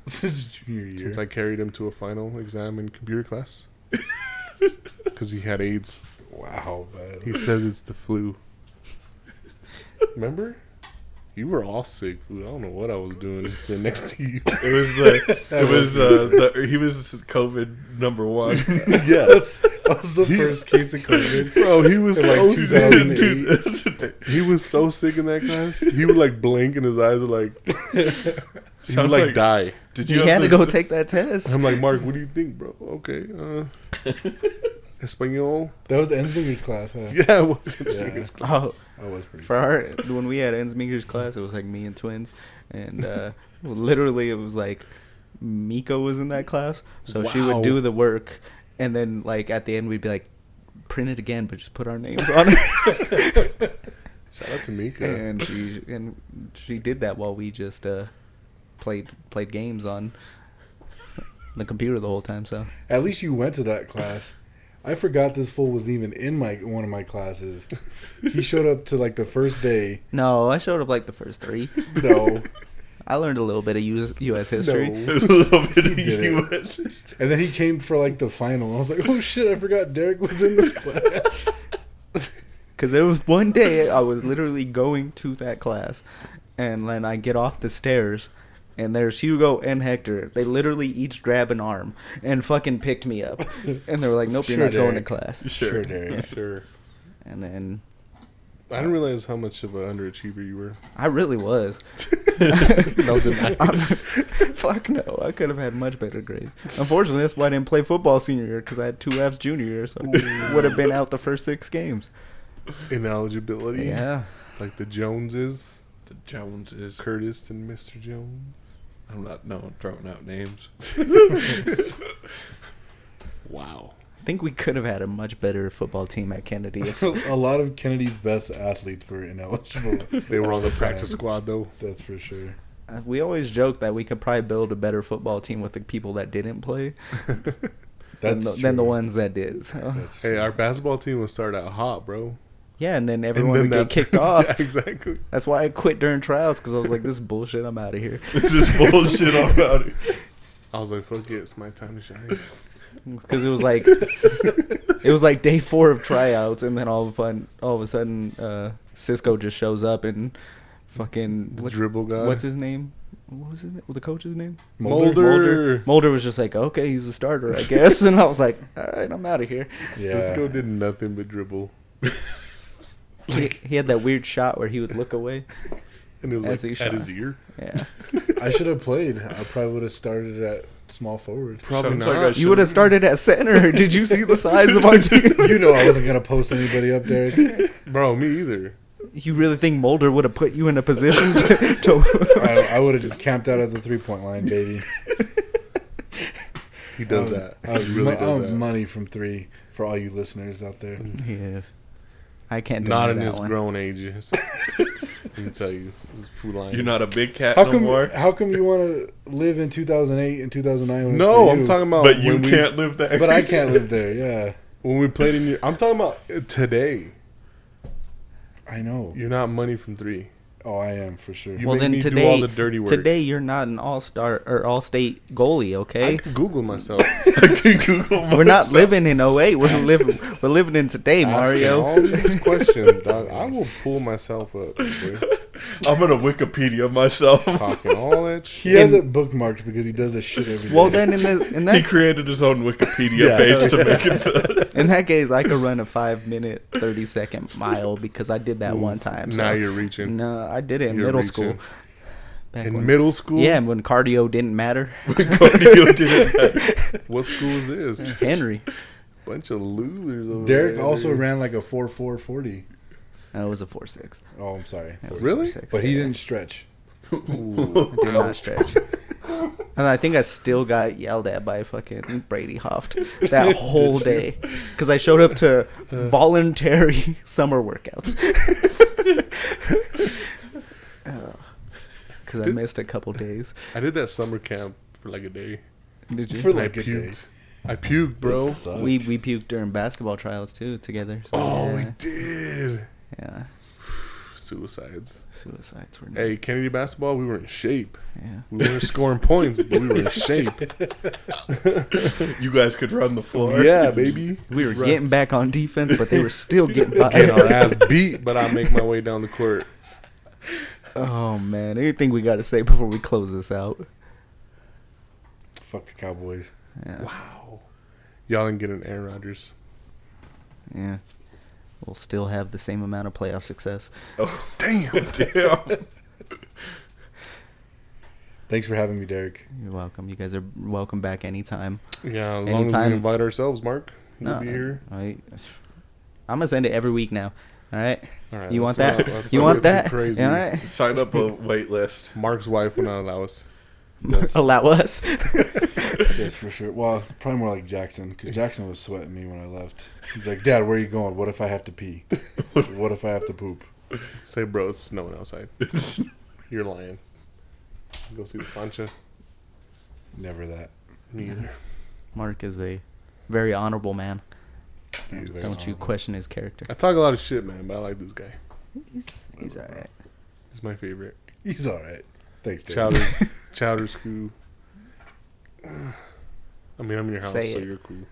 [SPEAKER 1] since junior year.
[SPEAKER 5] since I carried him to a final exam in computer class. Because he had AIDS.
[SPEAKER 1] wow, man.
[SPEAKER 5] He says it's the flu. Remember? You were all sick, fool. I don't know what I was doing sitting next to you.
[SPEAKER 6] it was the. It was uh, the. He was COVID number one.
[SPEAKER 1] yes, that was the first case of COVID.
[SPEAKER 5] Bro, he was
[SPEAKER 1] In,
[SPEAKER 5] so
[SPEAKER 1] like,
[SPEAKER 5] sick.
[SPEAKER 1] 2008.
[SPEAKER 6] Dude,
[SPEAKER 5] He was so sick in that class. He would like blink and his eyes would like he would
[SPEAKER 6] Sounds
[SPEAKER 5] like,
[SPEAKER 6] like-
[SPEAKER 5] die.
[SPEAKER 6] Did
[SPEAKER 4] He
[SPEAKER 6] you
[SPEAKER 4] had
[SPEAKER 6] have
[SPEAKER 4] to go take that test.
[SPEAKER 5] I'm like, Mark, what do you think, bro? Okay, uh Espanol.
[SPEAKER 1] That was Ensminger's class, huh?
[SPEAKER 5] Yeah, it was
[SPEAKER 1] Yeah.
[SPEAKER 4] Oh,
[SPEAKER 1] That was pretty.
[SPEAKER 4] for
[SPEAKER 1] sick.
[SPEAKER 4] our when we had Ensminger's class, it was like me and twins, and uh, literally it was like Miko was in that class, so she
[SPEAKER 5] Wow.
[SPEAKER 4] would do the work, and then like at the end we'd be like, print it again, but just put our names on it,
[SPEAKER 5] Shout out to Mika.
[SPEAKER 4] and she and she did that while we just uh, played played games on the computer the whole time. So
[SPEAKER 1] At least you went to that class. I forgot this fool was even in my one of my classes. He showed up to like the first day.
[SPEAKER 4] no, I showed up like the first three.
[SPEAKER 1] No,
[SPEAKER 4] I learned a little bit of U.S. US history.
[SPEAKER 5] No.
[SPEAKER 6] a little bit of
[SPEAKER 1] did it.
[SPEAKER 6] US?
[SPEAKER 1] and then he came for like the final. I was like, oh shit, I forgot Derek was in this class.
[SPEAKER 4] Because there was one day I was literally going to that class, and then I get off the stairs, and there's Hugo and Hector. They literally each grab an arm and fucking picked me up. And they were like, nope, you're
[SPEAKER 1] Sure,
[SPEAKER 4] not going to
[SPEAKER 1] Derek.
[SPEAKER 4] class.
[SPEAKER 1] Sure,
[SPEAKER 6] Sure.
[SPEAKER 1] Derek.
[SPEAKER 5] Sure.
[SPEAKER 4] And then
[SPEAKER 5] I didn't realize how much of an underachiever you were.
[SPEAKER 4] I really was.
[SPEAKER 5] No denial.
[SPEAKER 4] I'm- fuck no, I could have had much better grades. Unfortunately, that's why I didn't play football senior year, because I had two F's junior year, so I would have been out the first six games.
[SPEAKER 5] Ineligibility.
[SPEAKER 4] Yeah.
[SPEAKER 5] Like the Joneses.
[SPEAKER 6] The Joneses.
[SPEAKER 5] Curtis and Mr. Jones.
[SPEAKER 6] I'm not. No, I'm throwing out names.
[SPEAKER 5] Wow.
[SPEAKER 4] I think we could have had a much better football team at Kennedy if uh,
[SPEAKER 1] a lot of Kennedy's best athletes were ineligible.
[SPEAKER 5] They were on the practice
[SPEAKER 1] time.
[SPEAKER 5] squad though.
[SPEAKER 1] That's for sure.
[SPEAKER 4] Uh, We always joke that we could probably build a better football team with the people that didn't play than
[SPEAKER 1] That's
[SPEAKER 4] the, than the
[SPEAKER 1] true.
[SPEAKER 4] ones that did. So
[SPEAKER 1] That's
[SPEAKER 5] Hey, our basketball team would start out hot, bro.
[SPEAKER 4] yeah, and then everyone
[SPEAKER 5] and
[SPEAKER 4] would
[SPEAKER 5] then
[SPEAKER 4] get kicked
[SPEAKER 5] Yeah,
[SPEAKER 4] off.
[SPEAKER 5] exactly.
[SPEAKER 4] That's why I quit during tryouts because I was like, "This is bullshit. I'm out of here."
[SPEAKER 6] This is bullshit all about it.
[SPEAKER 5] I was like, fuck it, it's my time to shine.
[SPEAKER 4] Because it was like it was like day four of tryouts, and then all of a fun, all of a sudden, uh, Cisco just shows up and fucking
[SPEAKER 5] The
[SPEAKER 4] what's,
[SPEAKER 5] dribble guy.
[SPEAKER 4] What's his name? What was his name? the coach's name?
[SPEAKER 5] Mulder.
[SPEAKER 4] Mulder was just like, "Okay, he's a starter, I guess," and I was like, "All right, I'm out of here."
[SPEAKER 5] Cisco did nothing but dribble.
[SPEAKER 4] He, he had that weird shot where he would look away.
[SPEAKER 5] And it was
[SPEAKER 4] As he
[SPEAKER 5] like,
[SPEAKER 4] shot.
[SPEAKER 5] at his ear.
[SPEAKER 4] Yeah.
[SPEAKER 1] I should have played. I probably would have started at small forward.
[SPEAKER 5] Probably
[SPEAKER 6] Sounds
[SPEAKER 5] not.
[SPEAKER 6] like I
[SPEAKER 5] You
[SPEAKER 4] You would have started at center. Did you see the size of our team?
[SPEAKER 1] You know I wasn't gonna post anybody up there.
[SPEAKER 5] Bro, me either.
[SPEAKER 4] You really think Mulder would have put you in a position to? to
[SPEAKER 1] I, I would have just camped out at the three point line, baby.
[SPEAKER 5] He does
[SPEAKER 4] Oh,
[SPEAKER 1] Um,
[SPEAKER 5] that.
[SPEAKER 1] I
[SPEAKER 5] He really
[SPEAKER 1] mo-
[SPEAKER 5] does
[SPEAKER 1] I
[SPEAKER 5] that. Mm.
[SPEAKER 1] Money from three for all you listeners out there.
[SPEAKER 4] yes. I can't.
[SPEAKER 5] not
[SPEAKER 4] deny
[SPEAKER 5] in
[SPEAKER 4] that
[SPEAKER 5] his
[SPEAKER 4] one.
[SPEAKER 5] grown ages. Let me tell you, this food line.
[SPEAKER 6] You're not a big cat
[SPEAKER 1] How
[SPEAKER 6] no
[SPEAKER 1] come?
[SPEAKER 6] more.
[SPEAKER 1] How come you want to live in 2008 and 2009? When
[SPEAKER 5] No,
[SPEAKER 1] it's for
[SPEAKER 5] I'm
[SPEAKER 1] you?
[SPEAKER 5] talking about.
[SPEAKER 6] But you
[SPEAKER 5] when we-
[SPEAKER 6] can't live there.
[SPEAKER 1] But I can't live there. Yeah,
[SPEAKER 5] when we played in your, I'm talking about uh, today.
[SPEAKER 1] I know.
[SPEAKER 5] You're not money from three.
[SPEAKER 1] Oh, I am for sure.
[SPEAKER 5] You
[SPEAKER 4] well,
[SPEAKER 5] made
[SPEAKER 4] then
[SPEAKER 5] me do all
[SPEAKER 4] today,
[SPEAKER 5] the dirty work.
[SPEAKER 4] today you're not an all-star or all-state goalie,
[SPEAKER 5] I
[SPEAKER 4] okay?
[SPEAKER 5] could Google myself.
[SPEAKER 4] We're not living in 08. We're living. We're living in today,
[SPEAKER 5] Mario.
[SPEAKER 4] Mario.
[SPEAKER 5] All these questions, dog. I will pull myself up. Boy.
[SPEAKER 6] I'm gonna Wikipedia myself.
[SPEAKER 5] Talking all that shit.
[SPEAKER 1] He has it bookmarked because he does this shit every day.
[SPEAKER 4] Well, then in the in
[SPEAKER 6] He
[SPEAKER 4] that
[SPEAKER 6] created his own Wikipedia
[SPEAKER 1] Yeah.
[SPEAKER 6] page to make it.
[SPEAKER 4] in that case, I could run a five minute thirty second mile because I did that one time. so-
[SPEAKER 5] Now you're reaching.
[SPEAKER 4] No, I did it in
[SPEAKER 5] You're
[SPEAKER 4] middle
[SPEAKER 5] reaching.
[SPEAKER 4] school. Back
[SPEAKER 5] In
[SPEAKER 4] when-
[SPEAKER 5] middle school?
[SPEAKER 4] yeah, when cardio didn't matter.
[SPEAKER 6] Cardio did it.
[SPEAKER 5] What school is this?
[SPEAKER 4] Henry,
[SPEAKER 5] Bunch of losers over
[SPEAKER 1] Derek
[SPEAKER 5] there,
[SPEAKER 1] also
[SPEAKER 5] dude.
[SPEAKER 1] ran like a four four forty.
[SPEAKER 4] that was a four six.
[SPEAKER 1] Oh, I'm sorry.
[SPEAKER 5] Really?
[SPEAKER 1] But he didn't stretch.
[SPEAKER 4] did not stretch. And I think I still got yelled at by fucking Brady Hoft that whole day because I showed up to voluntary summer workouts. Because I missed a couple days.
[SPEAKER 5] I did that summer camp for like a day.
[SPEAKER 4] Did you?
[SPEAKER 1] For
[SPEAKER 5] I
[SPEAKER 1] like a day.
[SPEAKER 5] puked. I puked, bro.
[SPEAKER 1] That sucked.
[SPEAKER 4] We we puked during basketball trials too together. So
[SPEAKER 5] Oh,
[SPEAKER 4] yeah,
[SPEAKER 5] we did.
[SPEAKER 4] yeah.
[SPEAKER 5] Suicides.
[SPEAKER 4] Suicides were.
[SPEAKER 5] Hey, Kennedy basketball, we were in shape.
[SPEAKER 4] Yeah.
[SPEAKER 5] We weren't scoring points, but we were in shape.
[SPEAKER 6] You guys could run the floor.
[SPEAKER 5] yeah, baby.
[SPEAKER 4] We were
[SPEAKER 5] Right.
[SPEAKER 4] getting back on defense, but they were still getting by.
[SPEAKER 5] Getting our ass beat, but I make my way down the court.
[SPEAKER 4] oh man, anything we got to say before we close this out?
[SPEAKER 1] Fuck the Cowboys.
[SPEAKER 4] Yeah,
[SPEAKER 5] Wow. Y'all didn't get an Aaron Rodgers.
[SPEAKER 4] yeah. We'll still have the same amount of playoff success.
[SPEAKER 5] Damn.
[SPEAKER 6] Damn.
[SPEAKER 1] Thanks for having me, Derek.
[SPEAKER 4] You're welcome. You guys are welcome back anytime.
[SPEAKER 5] Yeah, as long as
[SPEAKER 4] Anytime.
[SPEAKER 5] we invite ourselves, Mark. We'll
[SPEAKER 4] No,
[SPEAKER 5] be here.
[SPEAKER 4] all right. I'm gonna send it every week now. All right.
[SPEAKER 5] All right.
[SPEAKER 4] you want
[SPEAKER 5] let's
[SPEAKER 4] that?
[SPEAKER 5] not- let's
[SPEAKER 4] you
[SPEAKER 5] not get
[SPEAKER 4] want
[SPEAKER 5] too
[SPEAKER 4] that?
[SPEAKER 5] Crazy.
[SPEAKER 4] All right.
[SPEAKER 6] Sign up a wait list.
[SPEAKER 5] Mark's wife will not allow us.
[SPEAKER 4] Allow us.
[SPEAKER 1] Yes, for sure. Well, it's probably more like Jackson because Jackson was sweating me when I left. He's like, "Dad, where are you going? What if I have to pee? What if I have to poop?"
[SPEAKER 5] Say, bro, it's snowing outside. You're lying. Go see the Sancha.
[SPEAKER 1] Never that.
[SPEAKER 5] Neither.
[SPEAKER 4] Mark is a very honorable man.
[SPEAKER 1] I'm very
[SPEAKER 4] Don't you
[SPEAKER 1] honorable.
[SPEAKER 4] question his character.
[SPEAKER 5] I talk a lot of shit, man, but I like this guy.
[SPEAKER 4] He's, he's all right.
[SPEAKER 5] He's my favorite.
[SPEAKER 1] He's all right. Thanks, Derek.
[SPEAKER 5] Chowder's, Chowder's cool. I mean, I'm in your house,
[SPEAKER 4] Say
[SPEAKER 5] so
[SPEAKER 4] it.
[SPEAKER 5] you're cool.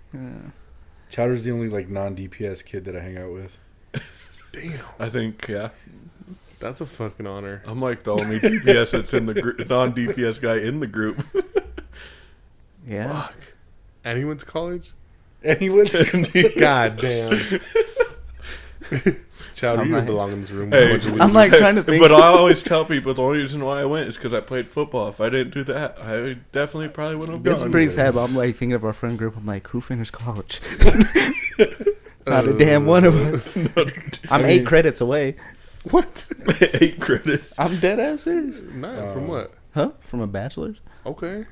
[SPEAKER 1] Chowder's the only like non-DPS kid that I hang out with.
[SPEAKER 5] Damn,
[SPEAKER 6] I think yeah.
[SPEAKER 5] that's a fucking honor.
[SPEAKER 6] I'm like the only DPS that's in the group, non-DPS guy in the group.
[SPEAKER 4] Yeah.
[SPEAKER 5] Fuck. And he went to college?
[SPEAKER 1] Anyone?
[SPEAKER 5] God damn. Chowder,
[SPEAKER 4] I'm
[SPEAKER 5] you don't
[SPEAKER 4] like-
[SPEAKER 5] belong in this room.
[SPEAKER 6] Hey,
[SPEAKER 5] with a bunch of
[SPEAKER 4] I'm
[SPEAKER 5] losers.
[SPEAKER 4] like trying to think.
[SPEAKER 6] But I always tell people the only reason why I went is because I played football. If I didn't do that, I definitely probably would have
[SPEAKER 4] This is
[SPEAKER 6] gone.
[SPEAKER 4] pretty sad, but I'm like thinking of our friend group. I'm like, who finished college? Not a damn one of us. I'm eight credits away.
[SPEAKER 5] what?
[SPEAKER 6] Eight credits.
[SPEAKER 4] I'm dead ass serious.
[SPEAKER 5] Nah, from
[SPEAKER 1] Uh,
[SPEAKER 5] what?
[SPEAKER 4] Huh? From a bachelor's?
[SPEAKER 5] Okay.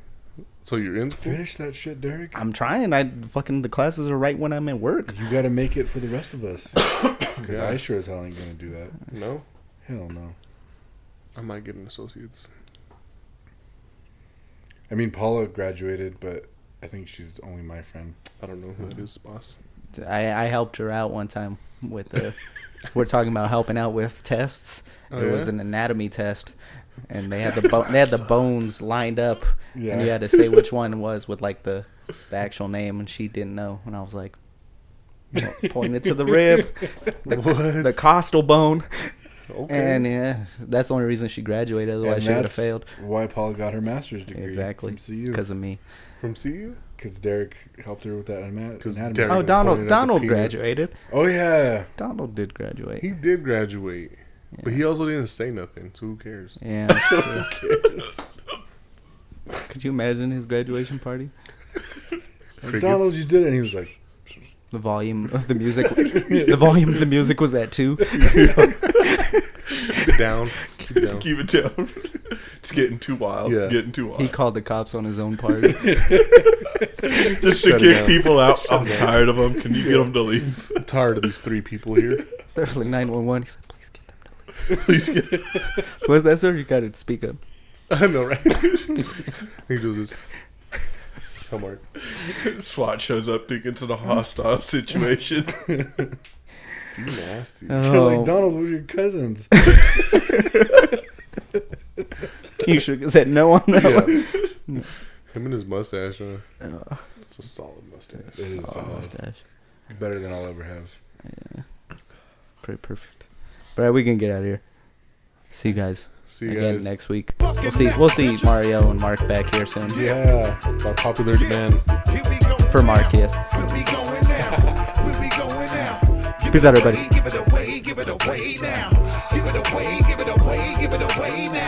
[SPEAKER 5] So you're in school?
[SPEAKER 1] Finish that shit, Derek.
[SPEAKER 4] I'm trying. I fucking the classes are right when I'm at work.
[SPEAKER 1] You got to make it for the rest of us. Because
[SPEAKER 5] Yeah.
[SPEAKER 1] I sure as hell ain't gonna do that.
[SPEAKER 5] No?
[SPEAKER 1] Hell no.
[SPEAKER 5] I might get an associate's.
[SPEAKER 1] I mean, Paula graduated, but I think she's only my friend.
[SPEAKER 5] I don't know who that is, boss.
[SPEAKER 4] I, I helped her out one time with the. we're talking about helping out with tests.
[SPEAKER 5] Oh,
[SPEAKER 4] it
[SPEAKER 5] yeah?
[SPEAKER 4] was an anatomy test, and they had the bo- they had the bones lined up, and
[SPEAKER 1] Yeah.
[SPEAKER 4] you had to say which one was with like the the actual name, and she didn't know, and I was like. well, pointed to the rib, the, the costal bone,
[SPEAKER 5] Okay.
[SPEAKER 4] and yeah, that's the only reason she graduated. Otherwise,
[SPEAKER 1] And
[SPEAKER 4] she would have
[SPEAKER 1] that's
[SPEAKER 4] failed.
[SPEAKER 1] Why Paula got her master's degree?
[SPEAKER 4] Exactly,
[SPEAKER 1] Because
[SPEAKER 4] because of me.
[SPEAKER 5] From CU?
[SPEAKER 1] Derek helped her with that anatomy.
[SPEAKER 5] 'Cause
[SPEAKER 1] anatomy
[SPEAKER 5] Derek-
[SPEAKER 4] Oh,
[SPEAKER 1] class.
[SPEAKER 5] Everyone Don- pointed
[SPEAKER 4] Donald
[SPEAKER 5] at the
[SPEAKER 4] Donald
[SPEAKER 5] penis.
[SPEAKER 4] graduated.
[SPEAKER 1] Oh yeah.
[SPEAKER 4] Donald did graduate.
[SPEAKER 5] He did graduate, but he also didn't say nothing. So who cares?
[SPEAKER 4] Yeah. that's true. Could you imagine his graduation party?
[SPEAKER 5] Crickets.
[SPEAKER 1] Donald, you did it. And he was like,
[SPEAKER 4] The volume of the music. the volume of the music was at two.
[SPEAKER 5] down. Keep it down.
[SPEAKER 6] Keep it down. it's getting too wild.
[SPEAKER 5] Yeah.
[SPEAKER 6] Getting too wild.
[SPEAKER 4] He called the cops on his own party.
[SPEAKER 6] Just to
[SPEAKER 5] Shut it
[SPEAKER 6] kick
[SPEAKER 5] down.
[SPEAKER 6] people out. I'm tired of them. Can you get them to leave?
[SPEAKER 5] I'm tired of these three people here.
[SPEAKER 4] They're like nine one one. He said, "Please get them."
[SPEAKER 6] Please get
[SPEAKER 4] Was that sir? You got to speak up.
[SPEAKER 5] I know, right? he does this. Come on.
[SPEAKER 6] SWAT shows up thinking it's a hostile situation.
[SPEAKER 5] You nasty.
[SPEAKER 1] They're like,
[SPEAKER 4] Oh,
[SPEAKER 1] Donald, we're your cousins.
[SPEAKER 4] you should have said no on that
[SPEAKER 5] yeah.
[SPEAKER 4] one.
[SPEAKER 5] Him and his mustache, huh?
[SPEAKER 4] Oh,
[SPEAKER 5] It's a solid mustache.
[SPEAKER 1] It is
[SPEAKER 4] solid
[SPEAKER 1] solid.
[SPEAKER 4] Oh, mustache.
[SPEAKER 1] Better than I'll ever have.
[SPEAKER 4] Pretty perfect. But we can get out of here. See you guys
[SPEAKER 5] See you
[SPEAKER 4] again
[SPEAKER 5] guys
[SPEAKER 4] next week. We'll see. We'll see Mario and Mark back here soon.
[SPEAKER 5] Yeah, by popular demand.
[SPEAKER 4] For Mark, yes. Peace out, everybody.
[SPEAKER 3] Give it away, give it away now. Give it away, give it away, give it away now.